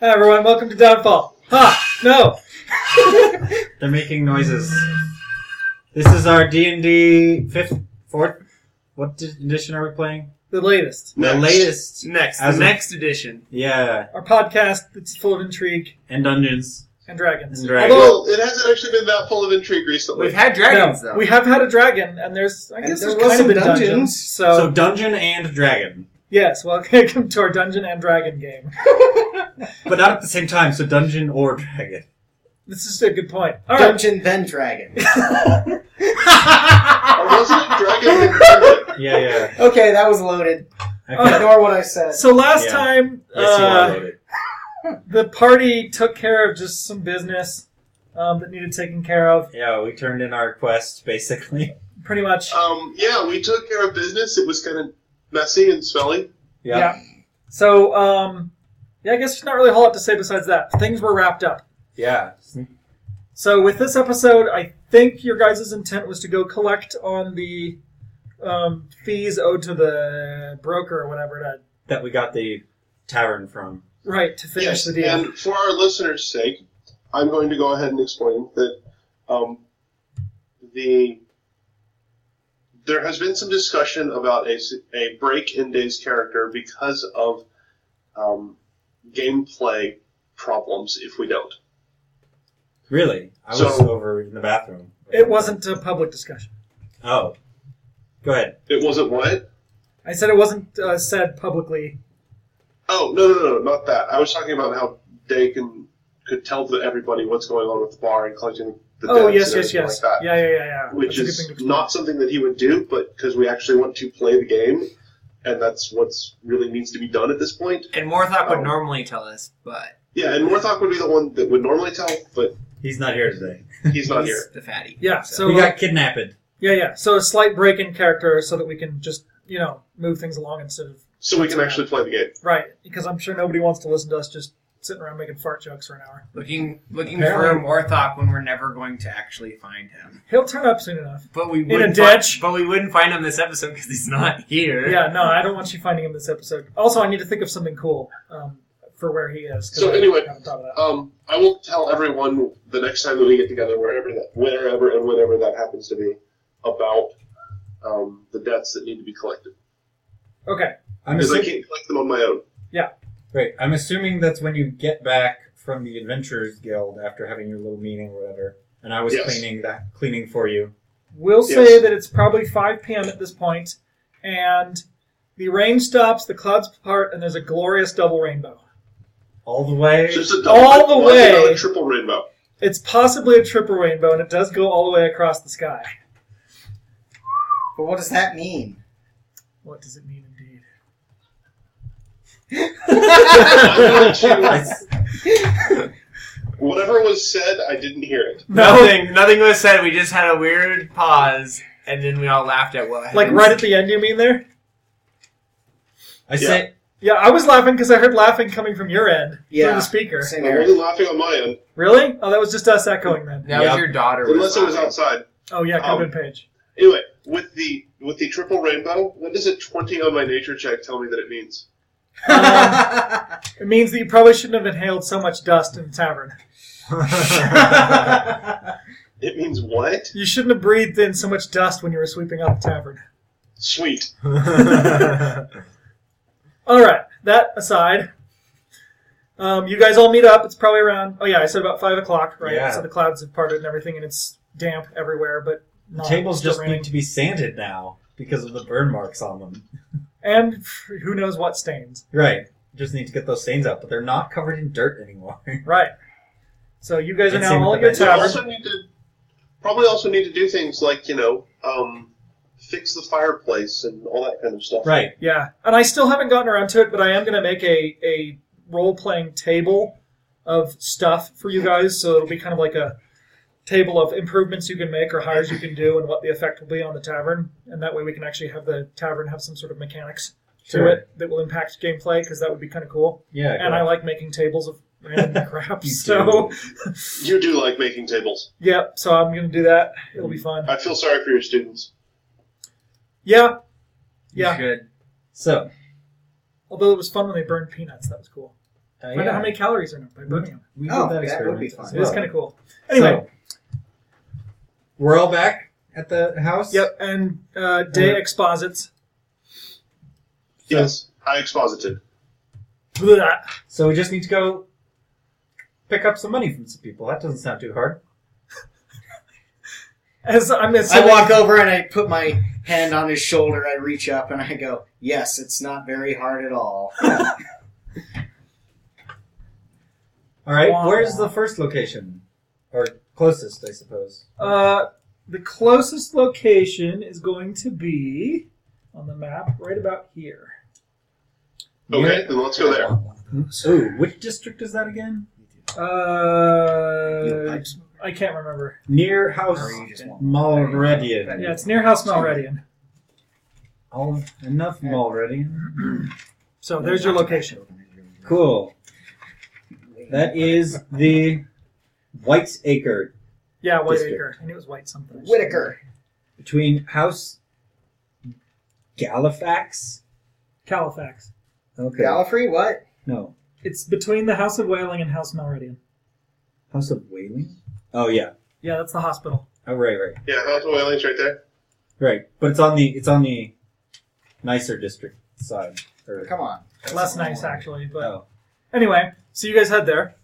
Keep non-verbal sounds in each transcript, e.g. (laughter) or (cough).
Hi everyone, welcome to Downfall. Ha! No! (laughs) They're making noises. This is our D and D fifth, fourth. What di- edition are we playing? The latest. The Next. latest. Next, As the of- next edition. Yeah, Our podcast that's full of intrigue and dungeons and dragons. and dragons. Well, it hasn't actually been that full of intrigue recently. We've had dragons no, though. we have had a dragon, and there's I And guess there there's kind was of some been dungeons. dungeons. So, so dungeon and dragon, yes, welcome (laughs) to our dungeon and dragon (laughs) game. but not at the same time. So dungeon or dragon. This is a good point. All right, Dungeon then dragon. Or wasn't it Dragon and Dungeon? Yeah, yeah. Okay, that was loaded. Oh, Okay. Ignore what I (laughs) said. so last Yeah. time yes, you are uh, loaded. the party took care of just some business um, that needed taken care of, Yeah, we turned in our quest basically. (laughs) pretty much. Um, yeah, we took care of business. It was kind of messy and smelly. Yeah. So, um, yeah, I guess there's not really a whole lot to say besides that. Things were wrapped up. Yeah. So with this episode, I think your guys' intent was to go collect on the um, fees owed to the broker or whatever to That we got the tavern from. right to finish yes, the deal. and for our listeners' sake, I'm going to go ahead and explain that um, the there has been some discussion about a, s- a break in Day's character because of um, gameplay problems if we don't. Really, I was So- over in the bathroom. It wasn't a public discussion. Oh, go ahead. It wasn't what? I said it wasn't uh, said publicly. Oh no no no not that. I was talking about how they can could tell the, everybody what's going on with the bar and collecting the oh yes, debts yes, and everything yes. like that. yeah, yeah, yeah, yeah. Which That's a is good thing to not something that he would do, but because we actually want to play the game, and that's what's really needs to be done at this point. (laughs) and Morthok Oh. would normally tell us, but Yeah, and Morthok would be the one that would normally tell, but He's not here today. he's not (laughs) he's here. the fatty. Yeah, so- We got kidnapped. yeah, yeah. So a slight break in character so that we can just you know move things along instead of So we can actually play the game. right because I'm sure nobody wants to listen to us just sitting around making fart jokes for an hour. Looking looking Apparently- for Morthok when we're never going to actually find him. He'll turn up soon enough. But we a wouldn't ditch. Fi- but we wouldn't find him this episode because he's not here. Yeah, no, I don't want you finding him this episode. Also, I need to think of something cool um, for where he is. 'cause So I anyway, haven't thought of that. Um, I will tell everyone the next time that we get together, wherever that, wherever and whenever that happens to be, about um, the debts that need to be collected. Okay, I'm Because I assuming, can't collect them on my own. wait, I'm assuming that's when you get back from the Adventurers Guild after having your little meeting or whatever. And I was Yes. cleaning that, cleaning for you. we'll Yes. say that it's probably 5 p.m. at this point, and the rain stops, the clouds part, and there's a glorious double rainbow. All the way. (laughs) Just a All the why is it not way. a triple rainbow. It's possibly a triple rainbow, and it does go all the way across the sky. But what does that mean? What does it mean, indeed? I'm (laughs) going to- It's- whatever was said, I didn't hear it. Nothing nothing was said. We just had a weird pause and then we all laughed at what Like happened. right at the end, you mean there? I say, (laughs) Yeah, I was laughing because I heard laughing coming from your end Yeah. through the speaker. Same I'm here. only laughing on my end, Really? Oh, that was just us echoing then. That Yeah. was your daughter. was unless it was laughing. outside. Oh yeah, come Um, in, Paige. Anyway, with the with the triple rainbow, what does a twenty on my nature check tell me that it means? Um, It means that you probably shouldn't have inhaled so much dust in the (laughs) tavern. It means what? You shouldn't have breathed in so much dust when you were sweeping up the tavern. Sweet. All right, that aside, um, you guys all meet up. It's probably around. Oh yeah, I said about five o'clock, right? Yeah. So the clouds have parted and everything, and it's damp everywhere, but The not, tables still just raining. need to be sanded now because of the burn marks on them. And pff, who knows what stains, Right. Just need to get those stains out, but they're not covered in dirt anymore. (laughs) right? So you guys are It now seemed all the at your best. We tavern. also need to probably also need to do things like you know um, fix the fireplace and all that kind of stuff. right. Yeah, and I still haven't gotten around to it, but I am going to make a, a role playing table of stuff for you guys. So it'll be kind of like a table of improvements you can make or hires you can do and what the effect will be on the tavern. And that way we can actually have the tavern have some sort of mechanics Sure. to it that will impact gameplay because that would be kind of cool. Yeah. And go. I like making tables of (laughs) random crap. (laughs) You so, You do like making tables. yeah, so I'm going to do that. It'll be fun. I feel sorry for your students. Yeah, You yeah. should. So, Although it was fun when they burned peanuts. That was cool. Uh, Find out how many calories are in it by burning them. We Oh, did that would that experiment. be fun. as It is well. kind of cool. Mm-hmm. Anyway, So, we're all back at the house. yep. And uh, Day Uh, exposits. Yes, I exposited. Blah. So we just need to go pick up some money from some people. That doesn't sound too hard. As I'm I assuming, walk over and I put my hand on his shoulder. I reach up and I go, "Yes, it's not very hard at all." All right. Wow. Where's the first location, or closest, I suppose? uh, the closest location is going to be on the map, right about here. Okay, then let's go there. Ooh, which district is that again? Uh, I can't remember. Near House Or you just want- Malredian. Yeah, it's near House (clears throat) Malredian. All enough Malredian. So there's your location. Cool. That is the White's Acre Yeah, District. Whiteacre. I knew it was White something. Whitaker. between House Galifax. Califax. Okay. Gallifrey, what? no. It's between the House of Whaling and House Malredian. House of Whaling. Oh yeah. Yeah, that's the hospital. Oh right, right, Yeah, House of Whaling's right there. right. But it's on the it's on the nicer district side. Or, Come on. Less nice, actually. But oh. anyway, so you guys head there.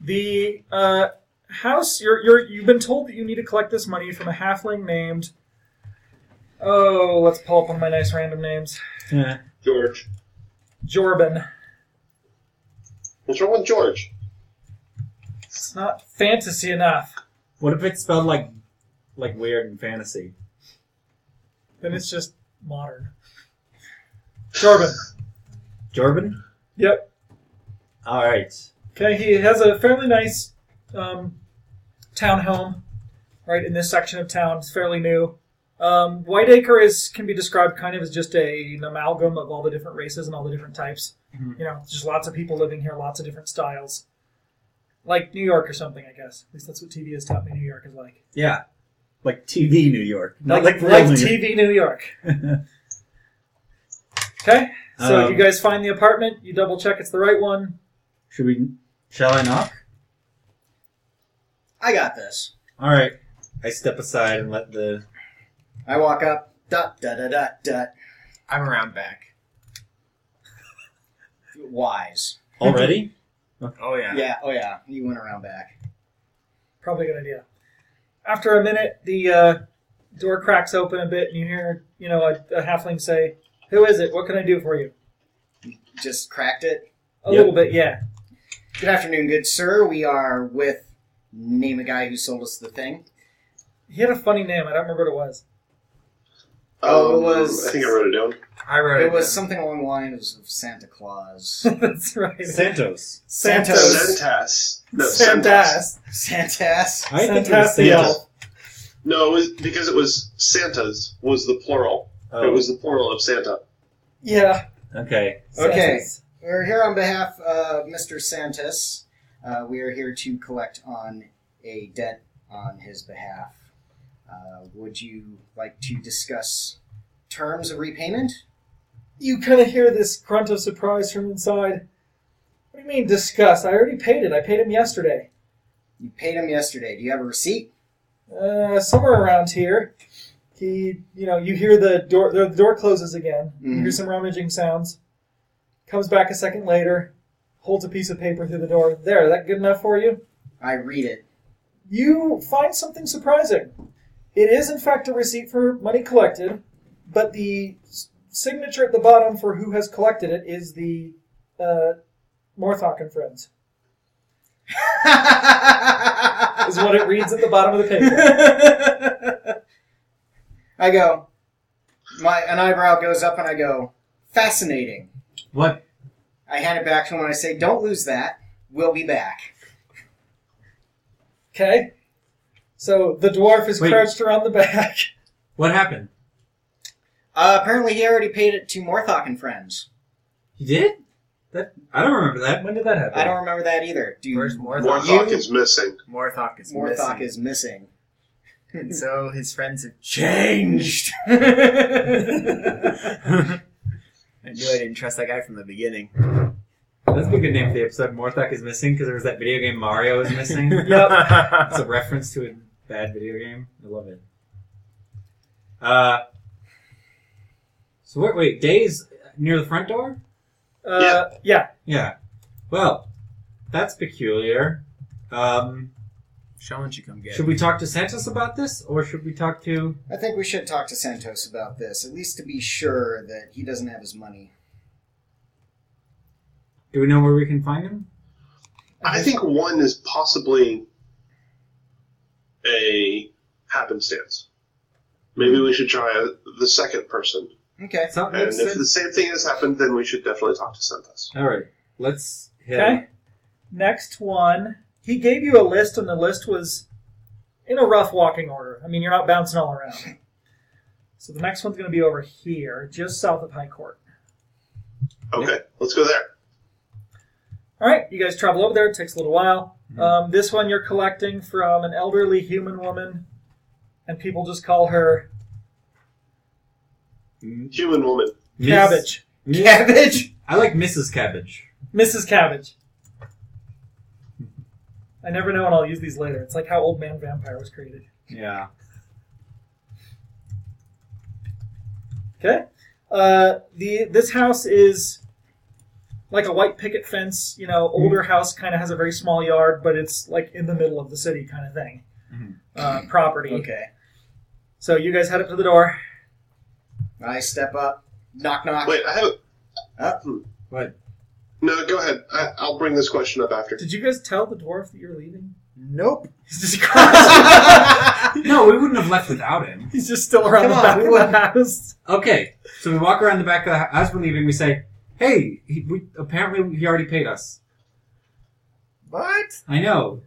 The uh, house. You're you're you've been told that you need to collect this money from a halfling named. Oh, let's pull up one of my nice random names. Yeah. George. Jorben. What's wrong with George? It's not fantasy enough. What if it's spelled like like weird and fantasy? Then it's just modern. Jorben. Jordan? Yep. All right. Okay, he has a fairly nice um, townhome, right in this section of town. It's fairly new. Um, Whiteacre is can be described kind of as just a, an amalgam of all the different races and all the different types. Mhm. You know, it's just lots of people living here, lots of different styles, like New York or something. I guess at least that's what TV has taught me. New York is like, Yeah. Like TV New York, not like real like New York. TV New York. Okay, so Um, you guys find the apartment, you double check it's the right one. (laughs) Should we? Shall I knock? I got this. All right. I step aside and let the. I walk up. Dot dot dot dot dot. I'm around back. Wise. Already? Oh yeah. Yeah. Oh yeah. You went around back. Probably a good idea. After a minute, the uh, door cracks open a bit, and you hear, you know, a, a halfling say, "Who is it? What can I do for you?" Just cracked it. A Yep. little bit, yeah. Good afternoon, good sir. We are with name a guy who sold us the thing. He had a funny name. I don't remember what it was. (laughs) Oh, it was- Um, I think I wrote it down. I wrote it. It was down. something along the lines of Santa Claus. (laughs) That's right. Santos. Santos. Santas. No, Santas. Santas. Santas. I think it was Fantastic. Santos. No, it was because it was Santas was the plural. Oh. It was the plural of Santa. Yeah. Oh, okay. Okay. Santas. We're here on behalf of Mr. Santas. Uh, we are here to collect on a debt on his behalf. Uh, would you like to discuss terms of repayment? You kind of hear this grunt of surprise from inside. What do you mean discuss? I already paid it. I paid him yesterday. You paid him yesterday. Do you have a receipt? Uh, somewhere around here, he, you know, you hear the door. The door closes again. You hear Mhm. some rummaging sounds. Comes back a second later, holds a piece of paper through the door. There, that good enough for you? I read it. You find something surprising. It is in fact a receipt for money collected, but the s- signature at the bottom for who has collected it is the uh, Morthok and Friends. Is what it reads at the bottom of (laughs) the paper. I go. My an eyebrow goes up and I go, fascinating. What? I hand it back to him and I say, don't lose that. We'll be back. Okay. So the dwarf is Wait. crouched around the back. (laughs) What happened? Uh, apparently, he already paid it to Morthok and friends. You did? That I don't remember that. When did that happen? I don't remember that either. Do you, Where's Morthok? Warthog you- is missing. Morthok is Morthok missing. is missing. (laughs) And so his friends have changed. (laughs) I knew I didn't trust that guy from the beginning. That's a good name for the episode. Morthok is missing because there was that video game Mario is (laughs) missing. It's a reference to a bad video game. I love it. Uh, so what? Wait, Days near the front door? Uh, yeah. Yeah. Well, that's peculiar. Um, Sean, don't you come get Should we talk to Santos about this, or should we talk to? I think we should talk to Santos about this, at least to be sure that he doesn't have his money. Do we know where we can find him? I think one is possibly a happenstance. Maybe we should try the second person. Okay. It's not- And let's- if the same thing has happened, then we should definitely talk to Santos. All right. Let's hit. Okay. Next one. He gave you a list, and the list was in a rough walking order. I mean, you're not bouncing all around. So the next one's going to be over here, just south of High Court. Okay, let's go there. All right, you guys travel over there. It takes a little while. Mm-hmm. Um, this one you're collecting from an elderly human woman, and people just call her M- Human woman. Miss- Cabbage, Miss- (laughs) Cabbage? I like Mrs. Cabbage. Mrs. Cabbage. I never know when I'll use these later. It's like how Old Man Vampire was created. Yeah. Okay. Uh, the this house is like a white picket fence. You Mhm. know, older house kind of has a very small yard, but it's like in the middle of the city kind of thing. Mhm. Uh, property. Mm-hmm. Okay. So you guys head up to the door. I step up. Knock, knock. Wait, I have a. Uh, hmm. what? No, go ahead. I, I'll bring this question up after. Did you guys tell the dwarf that you're leaving? (laughs) Nope. He's (laughs) just (laughs) across- No, we wouldn't have left without him. He's just still around Come the on, back we of the house. Okay. So we walk around the back of the house. As we're leaving, we say, "Hey, he, we, apparently he already paid us." What? I know.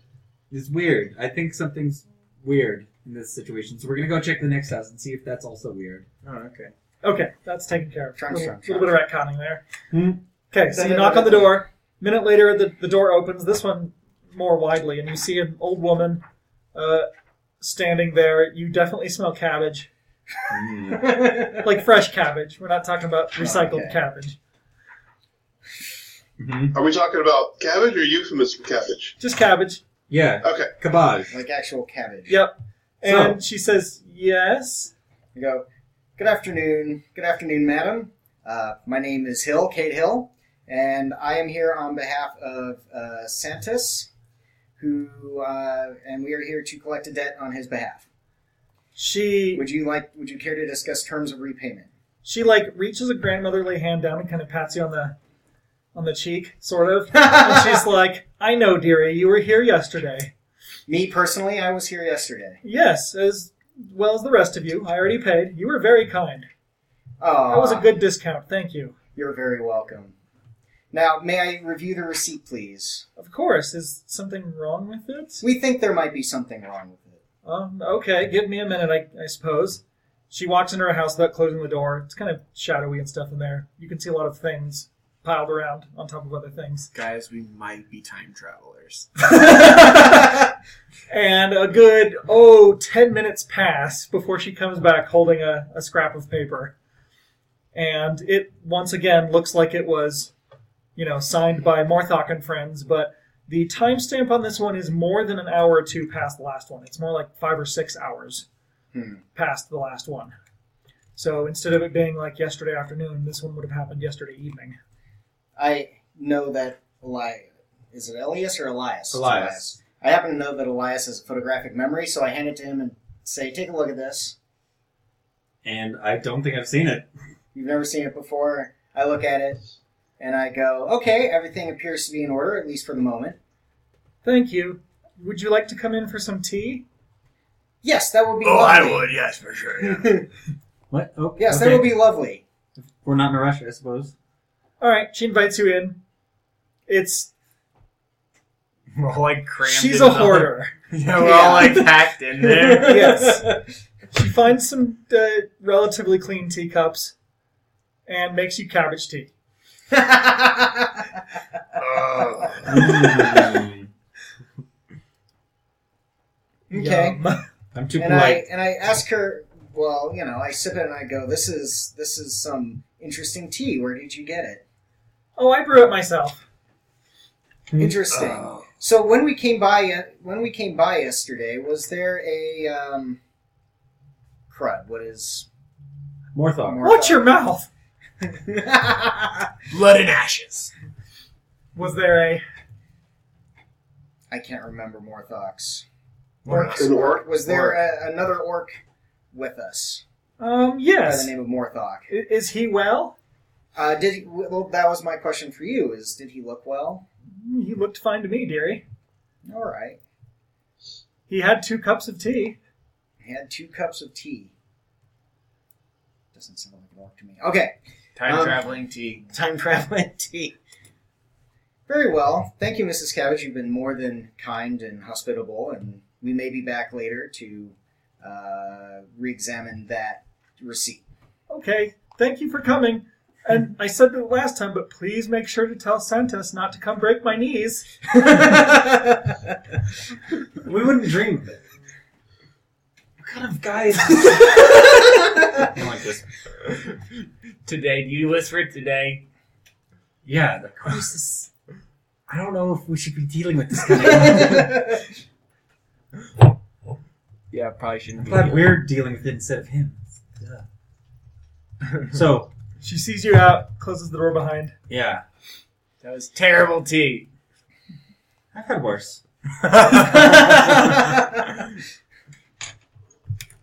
It's weird. I think something's weird in this situation. So we're gonna go check the next house and see if that's also weird. Oh, okay. Okay, that's taken care of. A Trunk, little, trunk, little bit of retconning there. Hmm. Okay, so you knock on the door. Minute later, the, the door opens. This one more widely, and you see an old woman uh, standing there. You definitely smell cabbage, Mm-hmm. like fresh cabbage. We're not talking about recycled okay. cabbage. Mm-hmm. Are we talking about cabbage or euphemism cabbage? Just cabbage. Yeah. Okay. Cabbage. Like actual cabbage. Yep. And So- she says, "Yes." I go, Good afternoon. Good afternoon, madam. Uh, my name is Hill, Kate Hill, and I am here on behalf of uh, Santos, who, uh, and we are here to collect a debt on his behalf. She Would you like, would you care to discuss terms (laughs) of repayment? she like reaches a grandmotherly hand down and kind of pats you on the on the cheek, sort of. and she's like, "I know, dearie. You were here yesterday. Me personally, I was here yesterday. Yes, as well as the rest of you. I already paid. You were very kind. Oh, That was a good discount. Thank you. You're very welcome. Now, may I review the receipt, please? Of course. Is something wrong with it? We think there might be something wrong with it. Um, okay, give me a minute, I, I suppose. She walks into her house without closing the door. It's kind of shadowy and stuff in there. You can see a lot of things piled around on top of other things. Guys, we might be time travelers. Oh, And a good, oh, 10 minutes pass before she comes back holding a, a scrap of paper. And it, once again, looks like it was, you know, signed by Morthok and friends, but the timestamp on this one is more than an hour or two past the last one. It's more like five or six hours past the last one. So instead of it being like yesterday afternoon, this one would have happened yesterday evening. I know that Eli Is it Elias or Elias? It's Elias. I happen to know that Elias has a photographic memory, so I hand it to him and say, "Take a look at this. And I don't think I've seen it. You've never seen it before." I look at it and I go, "Okay, everything appears to be in order, at least for the moment." Thank you. Would you like to come in for some tea? Yes, that would be. Oh, I lovely. would, yes, for sure. yeah. (laughs) What? Oh, Yes, that okay. would be lovely. We're not in a rush, I suppose. All right, she invites you in. It's (laughs) We're all like crammed. she's in a the- hoarder. (laughs) Yeah, we're all like packed in there. (laughs) yes, she finds some uh, relatively clean teacups and makes you cabbage tea. Ugh. (laughs) Mm. Okay. Yum. (laughs) I'm too and polite. I and I ask her. Well, you know, I sip it and I go, "This is this is some interesting tea. Where did you get it?" Oh, I brew it myself. Interesting. Oh. So when we came by ye- when we came by yesterday, was there a um, crud? What is? Morthog. Watch your mouth. (laughs) I Blood and ashes. Was there a can't remember Morthox. Orc. An orc? Was there a, another orc with us um? by Yes. the I- name of Morthok? Is he well? Uh, did he, well? That was my question for you. Is did he look well? He looked fine to me, dearie. All right. He had two cups of tea. He had two cups of tea. Doesn't sound like an orc to me. Okay. Time Um, traveling tea. time traveling tea. Very well. Thank you, Mrs. Cabbage. You've been more than kind and hospitable, and we may be back later to uh, re examine that (laughs) receipt. Okay. Thank you for coming. And I said that last time, but please make sure to tell Santos not to come break my knees. We wouldn't dream of it. What kind of guy (laughs) (laughs) is I like this. Today, do you whisper it today? Yeah, the Christ is. I don't know if we should be dealing with this guy. (laughs) Yeah, probably shouldn't I'm glad we're dealing with it instead of him. So, She sees you out, closes the door behind. (laughs) yeah, That was terrible (laughs) tea. I've had worse.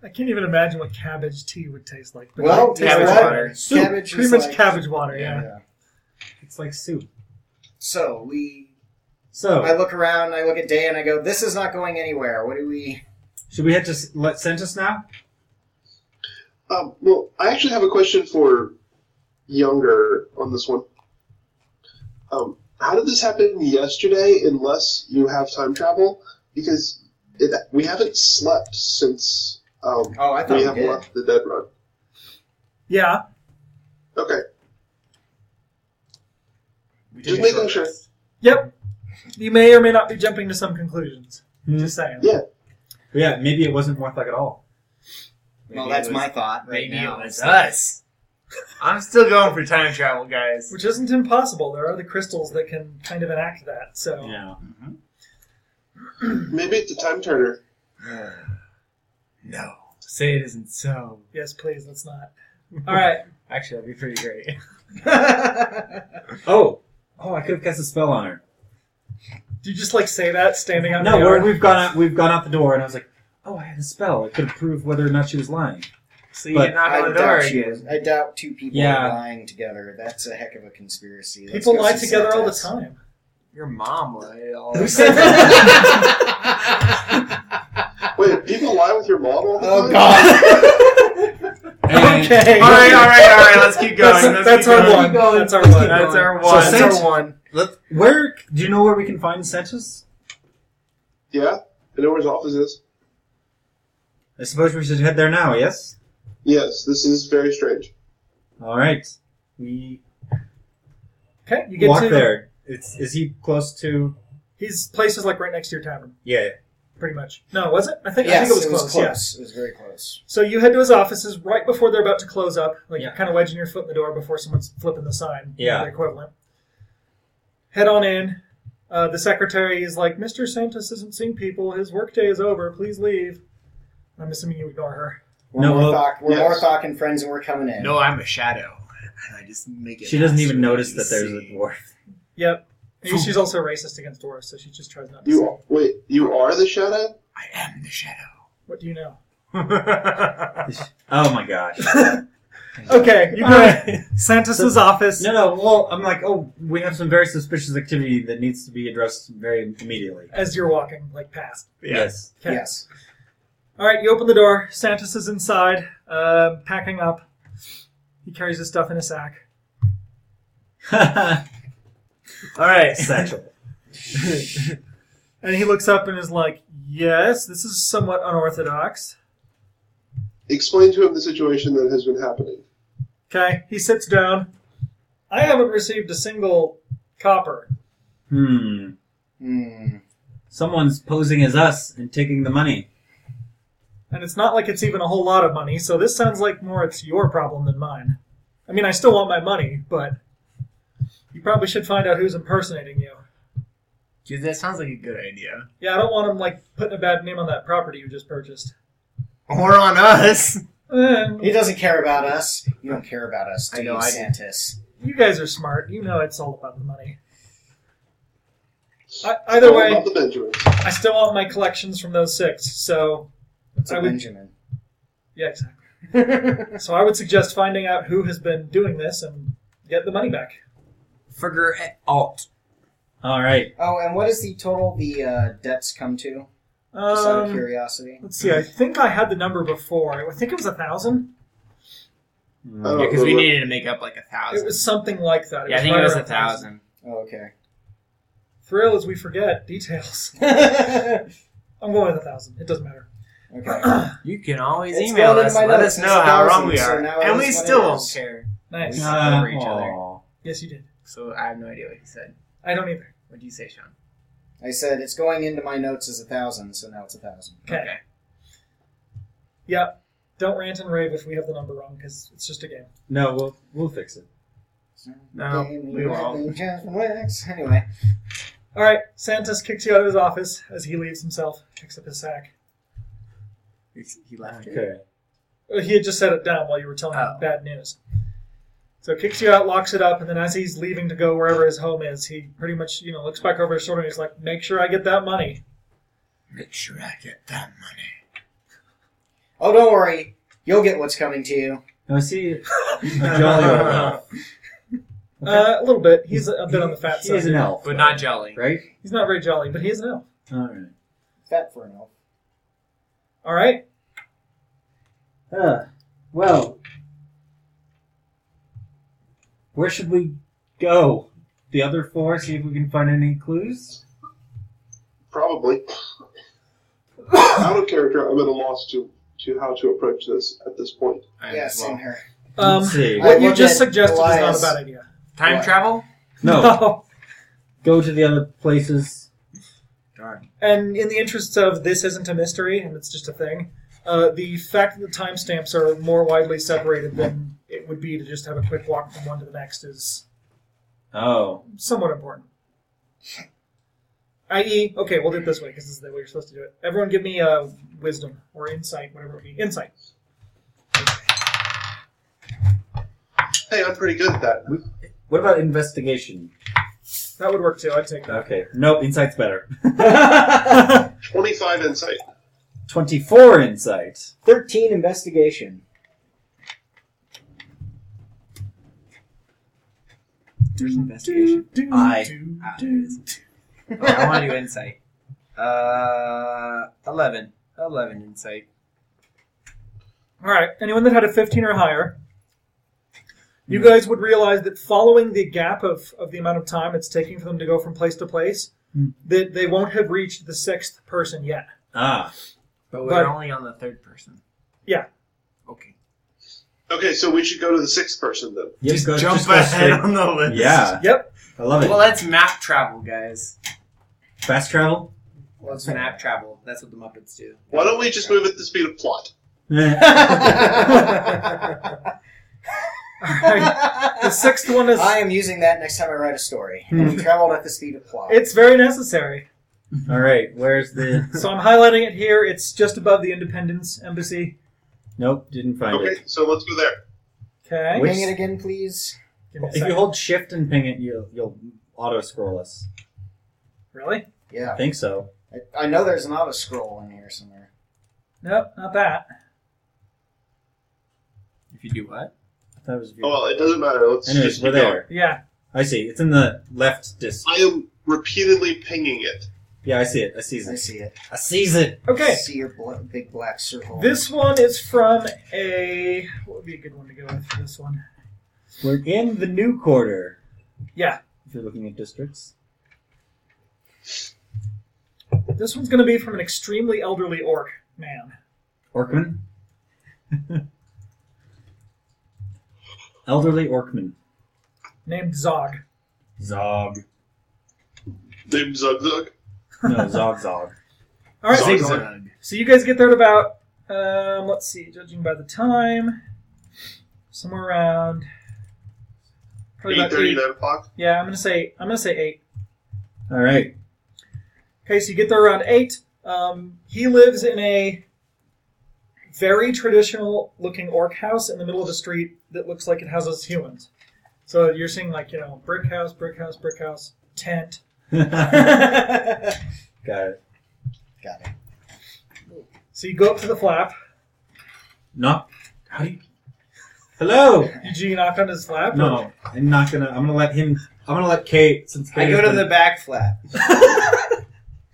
I can't even imagine what cabbage tea would taste like. but- well, Tastes cabbage cabbage like water. water. Soup. Cabbage Pretty is much like- cabbage water, yeah. Yeah. It's like soup. So we. I So, look around. I look at Day, and I go, "This is not going anywhere. What do we?" should we head to S- let Sentus now? Um, well, I actually have a question for Younger on this one. Um, how did this happen yesterday? Unless you have time travel, because it, we haven't slept since um, Oh, I thought we we, have did. left the dead run. Yeah. Okay, We Just took a making short sure. rest. Yep. You may or may not be jumping to some conclusions. Hmm. Just saying. Yeah. Yeah, maybe it wasn't Morthog at all. Well, Maybe that's it was- my thought right Maybe now. it was us. I'm still going for time travel, guys. (sighs) Which isn't impossible. There are the crystals that can kind of enact that. So Yeah. maybe it's a time turner. Uh, No. Say it isn't so. yes, please, let's not. All right. (laughs) Actually, that'd be pretty (laughs) great. Oh, oh, I could have cast a spell on her. Do you just like say that standing out? in No, the we're, yard? we've gone out, we've gone out the door, and I was like, oh, I had a spell. It could prove whether or not she was (laughs) lying. So you But can knock I on the door doubt, she again. was, I doubt two people Yeah. are lying together. That's a heck of a conspiracy. Let's People go lie see together all the (laughs) Santas. time. Your mom lied (laughs) all Who the said time. Wait, people lie with your mom all the time. (laughs) Oh God! And- Okay. all right, all right, all right. Let's (laughs) keep going. That's, that's Let's keep our going. one. going. That's our one. That's our So one. since- that's our one. Let- where do you know where we can find Sentus? Yeah, I know where his office is. I suppose we should head there now. Yes. Yes, this is very strange. All right. We Okay, you get walk to there. It's is he close to? His place is like right next to your tavern, Yeah. pretty much. No, was it? I think I yes, think it was, close. yeah. It was very close. So you head to his offices right before they're about to close up. Like you're Yeah. kind of wedging your foot in the door before someone's flipping the sign. Yeah. The equivalent. Head on in. Uh, the secretary is like, Mr. Santos isn't seeing people. His workday is over. Please leave. I'm assuming you ignore her. We're No, well- Morthok, we're Yes. Morthok and friends, and we're coming in. No, I'm a shadow. And I just make it. She doesn't even faster notice than that you there's a see. dwarf. Yep. And she's also racist against dwarves, so she just tries not to You say. are- wait, you are the shadow. I am the What do you (laughs) know? shadow. Oh my gosh. Okay, you go to Santos's office. No, no. Well, I'm like, oh, we have some very suspicious activity that needs to be addressed very immediately. As you're walking, like past. Yes. Okay. Yes. All right, you open the door. Santos is inside, uh, packing up. He carries his stuff in a sack. All right. Satchel. And he looks up and is like, Yes, this is somewhat unorthodox. Explain to him the situation that has been happening. Okay, he sits down. I haven't received a single copper. Hmm. Hmm. Someone's posing as us and taking the money. And it's not like it's even a whole lot of money, so this sounds like more it's your problem than mine. I mean, I still want my money, but you probably should find out who's impersonating you. Dude, that sounds like a good idea. Yeah, I don't want him like putting a bad name on that property you just purchased. Or on us. Eh, He doesn't care about us. You don't care about us, do I know, you, I do. Santis? you guys are smart. You know it's all about the money. I, either All way, about the Benjamins. I still want my collections from those six. So It's a I would- Benjamin. (laughs) yeah, exactly. so I would suggest finding out who has been doing this and get the money back. Figure it out. All right. Oh, and what is the total the uh, debts come to? Just out of Um, curiosity. let's see. I think I had the number before. I think it was a thousand. I don't Yeah, because we remember. needed to make up like a It thousand. was something like that. yeah, I think right it was a around thousand. Oh, okay. (laughs) Thrill is we forget details. (laughs) okay. I'm going with a thousand. It doesn't matter. You can always It's email going in us. my Let us notes. know It's a how thousand, wrong we so are, now it and we is what it still won't is. care. (clears throat) Nice. Yeah. cover each other. aw. Yes, you did. So I have no idea what he said. I don't either. What do you say, Sean? I said it's going into my notes as a thousand, so now it's a thousand. Okay. Yeah. Don't rant and rave if we have the number wrong because it's just a game. No, we'll we'll fix it. No, Give me we won't. nothing, just works. Anyway, All right. Santos kicks you out of his office as he leaves himself, picks up his sack. He left. it. Okay. Uh, He had just set it down while you were telling him Oh. bad news. So kicks you out, locks it up, and then as he's leaving to go wherever his home is, he pretty much you know looks back over his shoulder and he's like, "Make sure I get that money." Make sure I get that money. oh, don't worry, you'll get what's coming to you. Now see, a (laughs) jolly old elf. Uh, a little bit. He's a bit on the fat He side. is an elf, (laughs) But not jelly. right. He's not very jolly, but he is an elf. All right. Fat for an elf. All right. Uh, well, where should we go? The other four. See if we can find any clues. Probably. (coughs) Out of character, I'm at a loss to, to how to approach this at this point. I am yeah, as well. same here. Um, Let's (laughs) see. I what you look just at suggested Elias. is not a bad idea. Time What? travel? No, (laughs) go to the other places. Darn. And in the interests of this isn't a mystery and it's just a thing, uh, the fact that the timestamps are more widely separated than it would be to just have a quick walk from one to the next is Oh, somewhat important. I.e., okay, we'll do it this way because this is the way you're supposed to do it. Everyone, give me uh, wisdom or insight, whatever it be. Insight. Hey, I'm pretty good at that. what about investigation? That would work too. I'd take that. Okay, no, insight's (laughs) better. 25 insight. Twenty-four insight. Thirteen investigation. There's investigation. Do, I- do, Ah, do. there it is. (laughs) Oh, I (laughs) want to do insight. Uh, eleven. Eleven insight. All right. Anyone that had a 15 or higher, you guys would realize that following the gap of, of the amount of time it's taking for them to go from place to place, Hmm. that they won't have reached the sixth person yet. (laughs) Ah, But we're But- only on the third person. Yeah. Okay. Okay, so we should go to the sixth person then. yep, Just go- jump go ahead straight- on the list. Yeah, Yep. I love it. Well, that's map travel, guys. Fast travel. (laughs) Well, That's map travel. That's what the Muppets do. Why don't we just move at the speed of plot? All right. The sixth one is. I am using that next time I write a story. We traveled at the speed of plot. It's very necessary. All right, where's the? (laughs) So I'm highlighting it here. It's just above the Independence Embassy. Nope, didn't find Okay, it. so let's go there. Okay. Which- Hang it again, please. Give me a If you second. hold Shift and ping it, you'll you'll auto scroll us. Really? I Yeah, think so. I, I know there's an auto scroll in here somewhere. Nope, not that. If you do what? I thought it was. Oh, well, it doesn't matter. Let's Anyways, just we're keep going. there. Yeah. I see. It's in the left disc. I am repeatedly pinging it. Yeah, I see it. I seize I it. see it. I seize it. Okay. See your bl- big black circle. This one is from a. What would be a good one to go with for this one? We're in the new quarter. Yeah. If you're looking at districts. This one's going to be from an extremely elderly orc man. Orkman. (laughs) Elderly Orkman. named Zog. Zog. Name Zug Zug. (laughs) No, Zog Zog. All right, Zog so, Zog. so you guys get there at about, um, let's see, judging by the time, somewhere around. Probably Eight about thirty, eight. nine o'clock. Yeah, I'm gonna say I'm gonna say eight. (laughs) All right. Okay, so you get there around eight. Um, he lives in a very traditional looking orc house in the middle of the street that looks like it houses humans. So you're seeing like you know brick house, brick house, brick house, (laughs) tent. so Got it. Got it. you go up to the flap. No. How do you? Hello. You, do you knock on his flap? (laughs) No, I'm not gonna. I'm gonna let him. I'm gonna let Kate. Since I Kate go has to been- the back flat.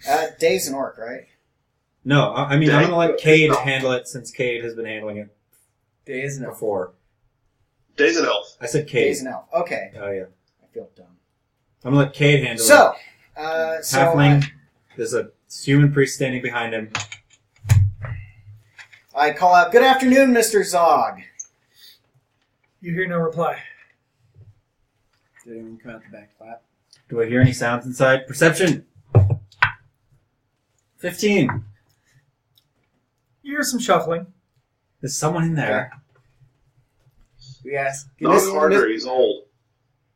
Uh, Day's an orc, right? No, I I mean I'm Dang. gonna let Cade handle it since Cade has been handling it Day is enough. before. Days an elf. I said Cade. Day's an elf. Okay. Oh yeah, I feel dumb. I'm gonna let Cade handle it. So, uh, so Halfling. There's a human priest standing behind him. I, I call out, "Good afternoon, Mister Zog." You hear no reply. Did anyone come out the back flat? Do I hear any sounds inside? Perception. Fifteen. You hear some shuffling. There's someone in there. We asked. Not Miss- harder. He's old. (laughs)